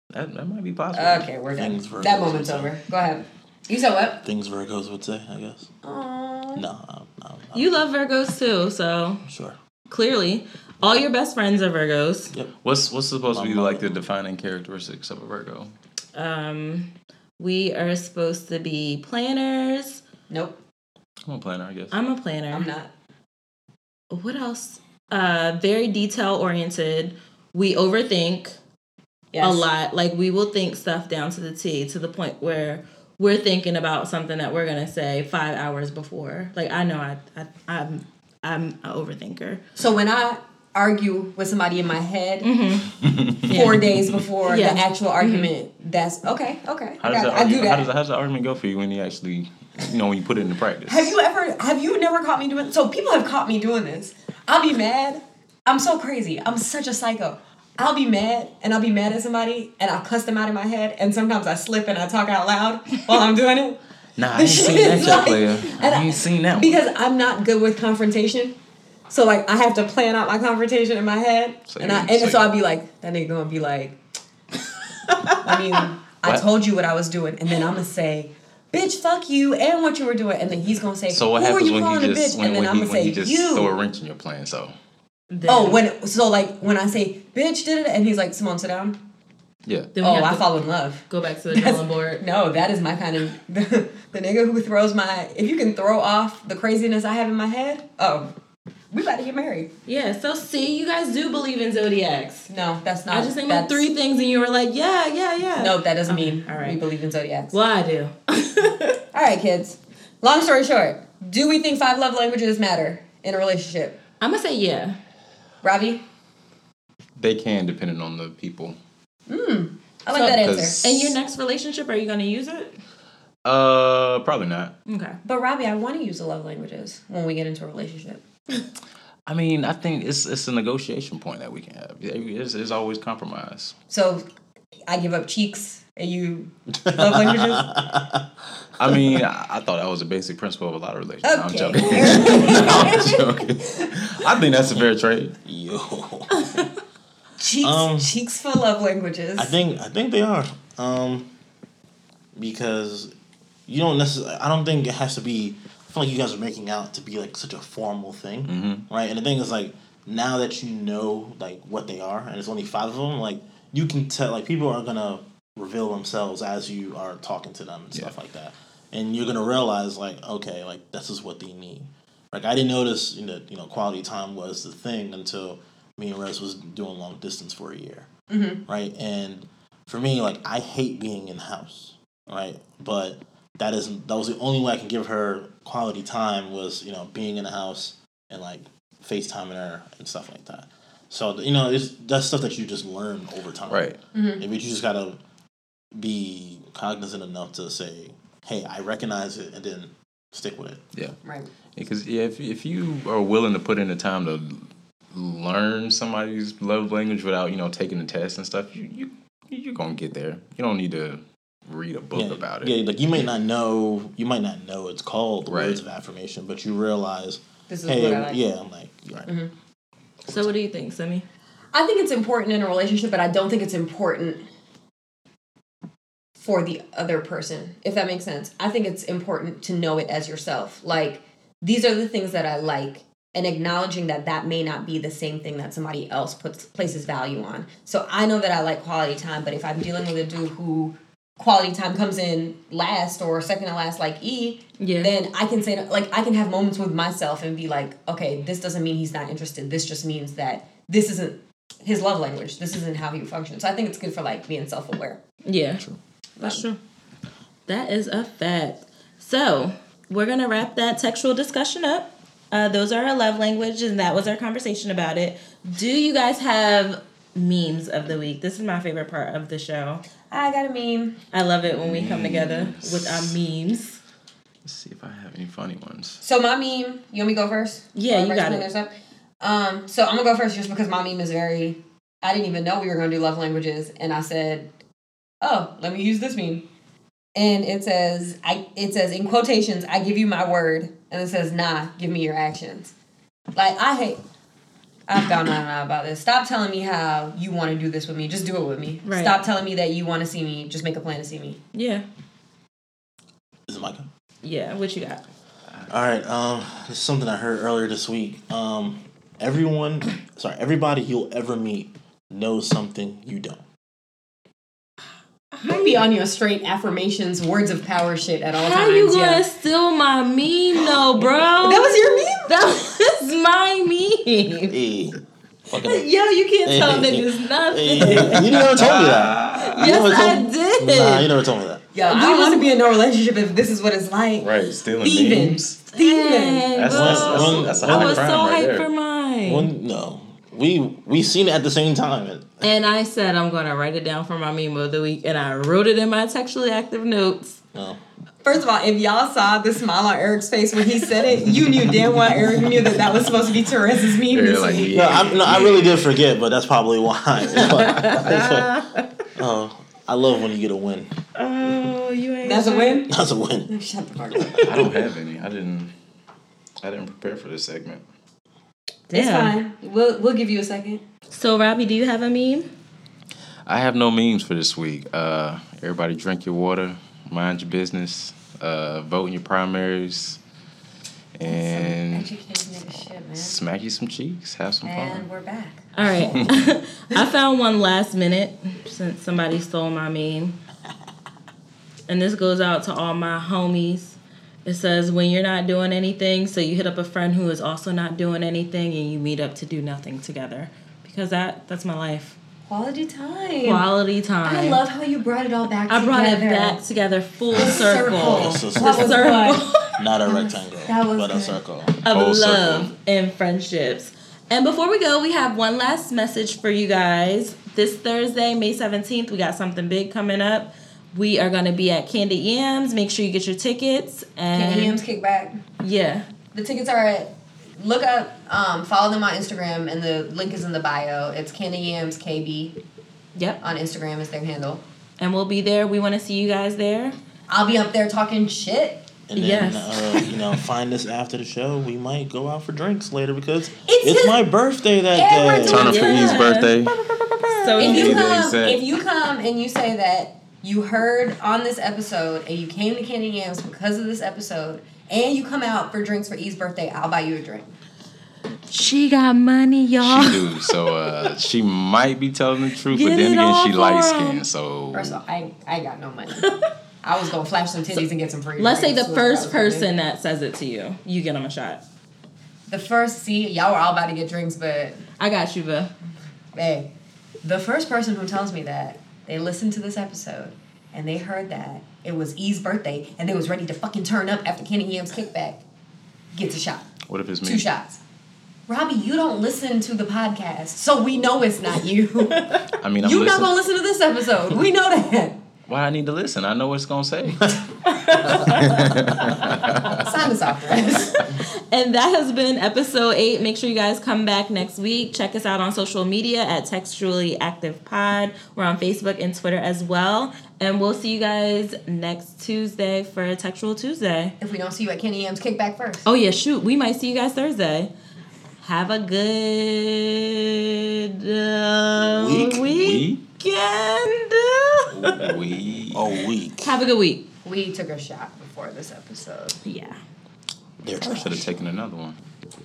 Speaker 5: That, that might be possible.
Speaker 3: Okay, we're done.
Speaker 4: Things Virgos
Speaker 3: That moment's
Speaker 4: would say.
Speaker 3: over. Go ahead. You said what?
Speaker 4: things Virgos would say, I guess.
Speaker 3: Aww.
Speaker 4: No, I'm, I'm, I'm
Speaker 2: you love Virgos too, so
Speaker 4: sure.
Speaker 2: clearly, all your best friends are Virgos.
Speaker 5: What's what's supposed to be like the defining characteristics of a Virgo?
Speaker 2: Um, we are supposed to be planners.
Speaker 3: Nope,
Speaker 5: I'm a planner, I guess.
Speaker 2: I'm a planner.
Speaker 3: I'm not.
Speaker 2: What else? Uh, very detail oriented. We overthink.
Speaker 3: Yes.
Speaker 2: a lot. Like we will think stuff down to the T to the point where we're thinking about something that we're gonna say five hours before. Like I know I, I I'm I'm a overthinker.
Speaker 3: So when I argue with somebody in my head [LAUGHS] four days before
Speaker 2: Mm-hmm. Yeah. Mm-hmm.
Speaker 3: the actual argument, that's okay, okay.
Speaker 5: How
Speaker 3: I,
Speaker 5: does,
Speaker 3: got it.
Speaker 5: that
Speaker 3: I do
Speaker 5: argument,
Speaker 3: that.
Speaker 5: how, does that, how does that argument go for you when you actually, you know, when you put it into practice?
Speaker 3: have you ever have you never caught me doing so people have caught me doing this. I'll be mad. I'm so crazy. I'm such a psycho. I'll be mad and I'll be mad at somebody and I'll cuss them out in my head and sometimes I slip and I talk out loud while I'm doing it.
Speaker 5: Nah, I ain't seen
Speaker 3: [LAUGHS]
Speaker 5: that
Speaker 3: It's
Speaker 5: yet,
Speaker 3: like-
Speaker 5: player.
Speaker 3: and
Speaker 5: I ain't seen that one.
Speaker 3: Because I'm not good with confrontation. So like I have to plan out my confrontation in my head.
Speaker 5: So
Speaker 3: and
Speaker 5: you-
Speaker 3: I and
Speaker 5: so
Speaker 3: so
Speaker 5: you-
Speaker 3: I'll be like, that nigga gonna be
Speaker 5: [LAUGHS]
Speaker 3: like I mean, I
Speaker 5: What?
Speaker 3: told you what I was doing, and then I'm gonna say, bitch, fuck you and what you were doing, and then he's gonna say,
Speaker 5: So what
Speaker 3: Who are
Speaker 5: happens
Speaker 3: you
Speaker 5: when
Speaker 3: calling
Speaker 5: he
Speaker 3: a
Speaker 5: just
Speaker 3: bitch?
Speaker 5: when,
Speaker 3: and then
Speaker 5: when
Speaker 3: I'm
Speaker 5: he,
Speaker 3: gonna
Speaker 5: when
Speaker 3: say
Speaker 5: he just
Speaker 3: you.
Speaker 5: throw a wrench in your plan? So
Speaker 2: Then-
Speaker 3: oh, when so like when I say bitch did it and he's like, Simone, sit down.
Speaker 5: yeah,
Speaker 2: then we
Speaker 3: Oh,
Speaker 2: have
Speaker 3: I
Speaker 2: to
Speaker 3: fall in love.
Speaker 2: Go back to
Speaker 3: [LAUGHS]
Speaker 2: the drawing board.
Speaker 3: No, that is my kind of the, nigga who throws my. If you can throw off the craziness I have in my head, oh, we about to get married.
Speaker 2: Yeah. So see, you guys do believe in zodiacs.
Speaker 3: No, that's not.
Speaker 2: I just named like
Speaker 3: that's,
Speaker 2: three things, and you were like, yeah, yeah, yeah.
Speaker 3: No, that doesn't mean
Speaker 2: all right.
Speaker 3: we believe in zodiacs.
Speaker 2: Well, I [LAUGHS] do.
Speaker 3: All right, kids. Long story short, do we think five love languages matter in a relationship?
Speaker 2: I'm gonna say yeah.
Speaker 3: Robbie,
Speaker 5: they can depending on the people.
Speaker 3: I like that answer.
Speaker 5: 'Cause-
Speaker 2: In your next relationship, are you gonna use it?
Speaker 5: Uh, probably not.
Speaker 2: Okay.
Speaker 3: But Robbie, I want to use the love languages when we get into a relationship.
Speaker 5: I mean, I think it's it's a negotiation point that we can have. It's, it's always compromise.
Speaker 3: So I give up cheeks and you love languages.
Speaker 4: [LAUGHS]
Speaker 5: I mean, I, I thought that was a basic principle of a lot of relationships. No, I'm
Speaker 3: Okay.
Speaker 5: joking. [LAUGHS]
Speaker 3: [LAUGHS]
Speaker 5: I'm joking. I think that's a fair trade.
Speaker 3: [LAUGHS]
Speaker 4: Yo.
Speaker 3: cheeks,
Speaker 4: Um,
Speaker 3: cheeks for love languages.
Speaker 4: I think I think they are. Um, because you don't necessarily. I don't think it has to be. I feel like you guys are making out to be like such a formal thing, right? And the thing is like now that you know like what they are, and it's only five of them. Like you can tell. Like people are gonna reveal themselves as you are talking to them and stuff
Speaker 5: Yeah.
Speaker 4: like that, and you're gonna realize like okay, like this is what they need. Like I didn't notice you know, you know quality time was the thing until me and Rez was doing long distance for a year right? And for me, like I hate being in the house, right? But that is that was the only way I can give her quality time was you know being in the house and like FaceTiming her and stuff like that. So you know, it's that's stuff that you just learn over time,
Speaker 5: Right.
Speaker 3: Mm-hmm.
Speaker 4: Maybe you just gotta be cognizant enough to say, "Hey, I recognize it," and then stick with it.
Speaker 5: Yeah.
Speaker 3: right.
Speaker 5: Because yeah, if if you are willing to put in the time to learn somebody's love language without you know taking the test and stuff, you you you're gonna get there. You don't need to read a book
Speaker 4: yeah,
Speaker 5: about it.
Speaker 4: Yeah, like you might not know, you might not know it's called the
Speaker 5: Right.
Speaker 4: words of affirmation, but you realize,
Speaker 3: This is
Speaker 4: hey,
Speaker 3: what I like.
Speaker 4: yeah, I'm like, right.
Speaker 2: So what do you think, Semi?
Speaker 3: I think it's important in a relationship, but I don't think it's important for the other person, if that makes sense. I think it's important to know it as yourself. Like, these are the things that I like, and acknowledging that that may not be the same thing that somebody else puts places value on. So I know that I like quality time, but if I'm dealing with a dude who quality time comes in last or second to last, like E,
Speaker 2: Yeah.
Speaker 3: then I can say like I can have moments with myself and be like, okay, this doesn't mean he's not interested. This just means that this isn't his love language. This isn't how he functions. So I think it's good for like being self aware.
Speaker 2: Yeah. That's true. That is a fact. So we're gonna wrap that textual discussion up. Uh, those are our love languages, and that was our conversation about it. Do you guys have memes of the week? This is my favorite part of the show.
Speaker 3: I got a meme.
Speaker 2: I love it when we come together with our memes.
Speaker 5: Let's see if I have any funny [LAUGHS] ones.
Speaker 3: So my meme, you want me to go first?
Speaker 2: Yeah, you
Speaker 3: Everybody's
Speaker 2: got
Speaker 3: putting
Speaker 2: it.
Speaker 3: theirs up? Um, so I'm gonna go first just because my meme is very. I didn't even know we were gonna do love languages, and I said, "Oh, let me use this meme." And it says, "I." It says in quotations, "I give you my word," and it says, "Nah, give me your actions." Like I hate. I've gone on and on about this. Stop telling me how you want to do this with me. Just do it with me.
Speaker 2: Right.
Speaker 3: Stop telling me that you want to see me. Just make a plan to see me.
Speaker 2: Yeah.
Speaker 4: Is it Micah?
Speaker 2: Yeah. What you got?
Speaker 4: All right. Um, this is something I heard earlier this week. Um, everyone, sorry, everybody you'll ever meet knows something you don't.
Speaker 3: Might be on your straight affirmations, words of power shit at all
Speaker 2: How
Speaker 3: times.
Speaker 2: you gonna
Speaker 3: yeah.
Speaker 2: steal my meme though, bro?
Speaker 3: That was your meme.
Speaker 2: [LAUGHS] that was my meme.
Speaker 4: Hey,
Speaker 2: [LAUGHS]
Speaker 4: fucking.
Speaker 2: Yo,
Speaker 4: hey,
Speaker 2: you can't tell niggas
Speaker 4: hey,
Speaker 2: nothing.
Speaker 4: hey, you never told me that. You
Speaker 2: Yes,
Speaker 4: never
Speaker 2: I
Speaker 4: told-
Speaker 2: did.
Speaker 4: Nah, you never told me that.
Speaker 3: Yo, I don't want to be in no relationship if this is what it's like.
Speaker 5: Right, stealing
Speaker 3: Thieving.
Speaker 5: memes.
Speaker 3: Eh.
Speaker 2: Dang,
Speaker 5: That's,
Speaker 2: bro.
Speaker 5: that's, that's,
Speaker 4: One-
Speaker 5: that's a
Speaker 4: one-
Speaker 2: I
Speaker 5: high
Speaker 2: was so
Speaker 5: crime right
Speaker 2: hyped
Speaker 5: there.
Speaker 2: for mine.
Speaker 4: One, no, we we seen it at the same time. And,
Speaker 2: and I said I'm gonna write it down for my meme of the week, and I wrote it in my textually active notes.
Speaker 4: no.
Speaker 3: First of all, if y'all saw the smile on Eric's face when he said it, you knew damn well Eric knew that that was supposed to be Therese's meme.
Speaker 5: They're
Speaker 3: this
Speaker 5: like,
Speaker 3: week.
Speaker 4: No,
Speaker 5: yeah,
Speaker 4: I, no, I really did forget, but that's probably why. [LAUGHS] oh, I love when you get a win.
Speaker 2: Oh, you ain't.
Speaker 3: That's a win.
Speaker 4: That's a win.
Speaker 3: Shut the fuck up.
Speaker 5: I don't have any. I didn't. I didn't prepare for this segment.
Speaker 3: It's fine. We'll we'll give you a second.
Speaker 2: So Robbie, do you have a meme?
Speaker 5: I have no memes for this week. Uh, everybody drink your water, mind your business, uh, vote in your primaries, and smack you some cheeks, have some fun.
Speaker 3: And we're back.
Speaker 2: All right, [LAUGHS] I found one last minute since somebody stole my meme, and this goes out to all my homies. It says when you're not doing anything, so you hit up a friend who is also not doing anything, and you meet up to do nothing together. Because that that's my life.
Speaker 3: Quality time.
Speaker 2: Quality time.
Speaker 3: I love how you brought it all back.
Speaker 2: I brought
Speaker 3: together.
Speaker 2: it back together full circle.
Speaker 4: It's a
Speaker 3: That was
Speaker 2: [LAUGHS]
Speaker 4: circle.
Speaker 3: fun.
Speaker 4: Not a rectangle,
Speaker 3: That was
Speaker 4: but a
Speaker 3: good.
Speaker 4: circle.
Speaker 2: Of
Speaker 5: Full
Speaker 2: love
Speaker 5: circle.
Speaker 2: and friendships. And before we go, we have one last message for you guys. This Thursday, May 17th, we got something big coming up. We are going to be at Candy Yams. Make sure you get your tickets. And
Speaker 3: Can Yams kick back?
Speaker 2: Yeah.
Speaker 3: The tickets are at look up um, follow them on Instagram and the link is in the bio. It's Candy Yams KB.
Speaker 2: Yep.
Speaker 3: on Instagram is their handle.
Speaker 2: And we'll be there. We want to see you guys there.
Speaker 3: I'll be up there talking shit.
Speaker 4: And then,
Speaker 2: Yes.
Speaker 4: uh, you know, find us after the show. We might go out for drinks later because it's,
Speaker 3: his-
Speaker 4: my birthday that
Speaker 3: Yeah, we're
Speaker 4: day.
Speaker 3: doing-
Speaker 5: Turn up for Eve's
Speaker 2: Yeah. [LAUGHS]
Speaker 5: birthday.
Speaker 2: So
Speaker 3: If you
Speaker 5: Yeah,
Speaker 3: come,
Speaker 5: exact.
Speaker 3: if you come and you say that you heard on this episode and you came to Candy Yams because of this episode, and you come out for drinks for E's birthday, I'll buy you a drink.
Speaker 2: [LAUGHS] she got money, y'all.
Speaker 5: She do. So uh, she might be telling the truth,
Speaker 2: Get
Speaker 5: but
Speaker 2: it
Speaker 5: then
Speaker 2: all
Speaker 5: again, she
Speaker 2: for
Speaker 5: light
Speaker 2: 'em.
Speaker 5: skinned. So
Speaker 3: First of all, I I ain't got no money. I was gonna flash some titties and get some free.
Speaker 2: Let's say
Speaker 3: drinks.
Speaker 2: the
Speaker 3: That's what I
Speaker 2: first
Speaker 3: was gonna do.
Speaker 2: person that says it to you, you get them a shot.
Speaker 3: The first, see, y'all were all about to get drinks, but
Speaker 2: I got you, boo.
Speaker 3: hey, the first person who tells me that they listened to this episode and they heard that it was E's birthday and they was ready to fucking turn up after Kenny Yam's kickback gets a shot.
Speaker 5: what if it's me?
Speaker 3: Two shots. Robbie, you don't listen to the podcast, so we know it's not you. You're
Speaker 5: I mean, I'm
Speaker 3: not
Speaker 5: listening.
Speaker 3: gonna listen to this episode. We know that.
Speaker 5: Why I need to listen? I know what it's
Speaker 2: [LAUGHS]
Speaker 5: gonna say.
Speaker 3: Sign us off, Ross.
Speaker 2: And that has been episode eight. Make sure you guys come back next week. Check us out on social media at Textually Active Pod. We're on Facebook and Twitter as well. And we'll see you guys next Tuesday for Textual Tuesday.
Speaker 3: if we don't see you at Kenny Yam's kickback first.
Speaker 2: Oh, yeah, shoot. We might see you guys Thursday. Have a good uh,
Speaker 4: Week.
Speaker 5: We
Speaker 2: weekend.
Speaker 5: we
Speaker 4: a week.
Speaker 2: [LAUGHS] Have a good week.
Speaker 3: We took a shot before this episode.
Speaker 2: Yeah.
Speaker 4: They're
Speaker 5: should have
Speaker 4: trash.
Speaker 5: taken another one.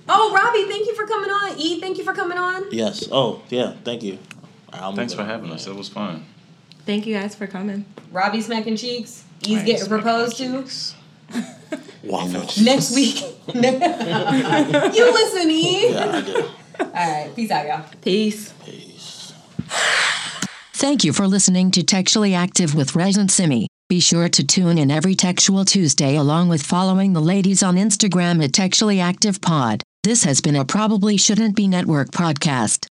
Speaker 3: Oh, Robbie, thank you for coming on. E, thank you for coming on.
Speaker 4: Yes. Oh, yeah. Thank you. I'll
Speaker 5: Thanks for
Speaker 4: move it.
Speaker 5: having us. It was fun.
Speaker 2: Thank you guys for coming.
Speaker 3: Robbie smacking cheeks. E's
Speaker 5: Thanks,
Speaker 3: getting
Speaker 5: man.
Speaker 3: proposed to
Speaker 4: Waffles.
Speaker 3: next week. [LAUGHS] you listen, E.
Speaker 4: Yeah, I do.
Speaker 3: All right, peace out, y'all.
Speaker 2: Peace.
Speaker 4: Peace.
Speaker 1: Thank you for listening to Textually Active with Rez and Simi. Be sure to tune in every Textual Tuesday along with following the ladies on Instagram at Textually Active Pod. This has been a Probably Shouldn't Be Network podcast.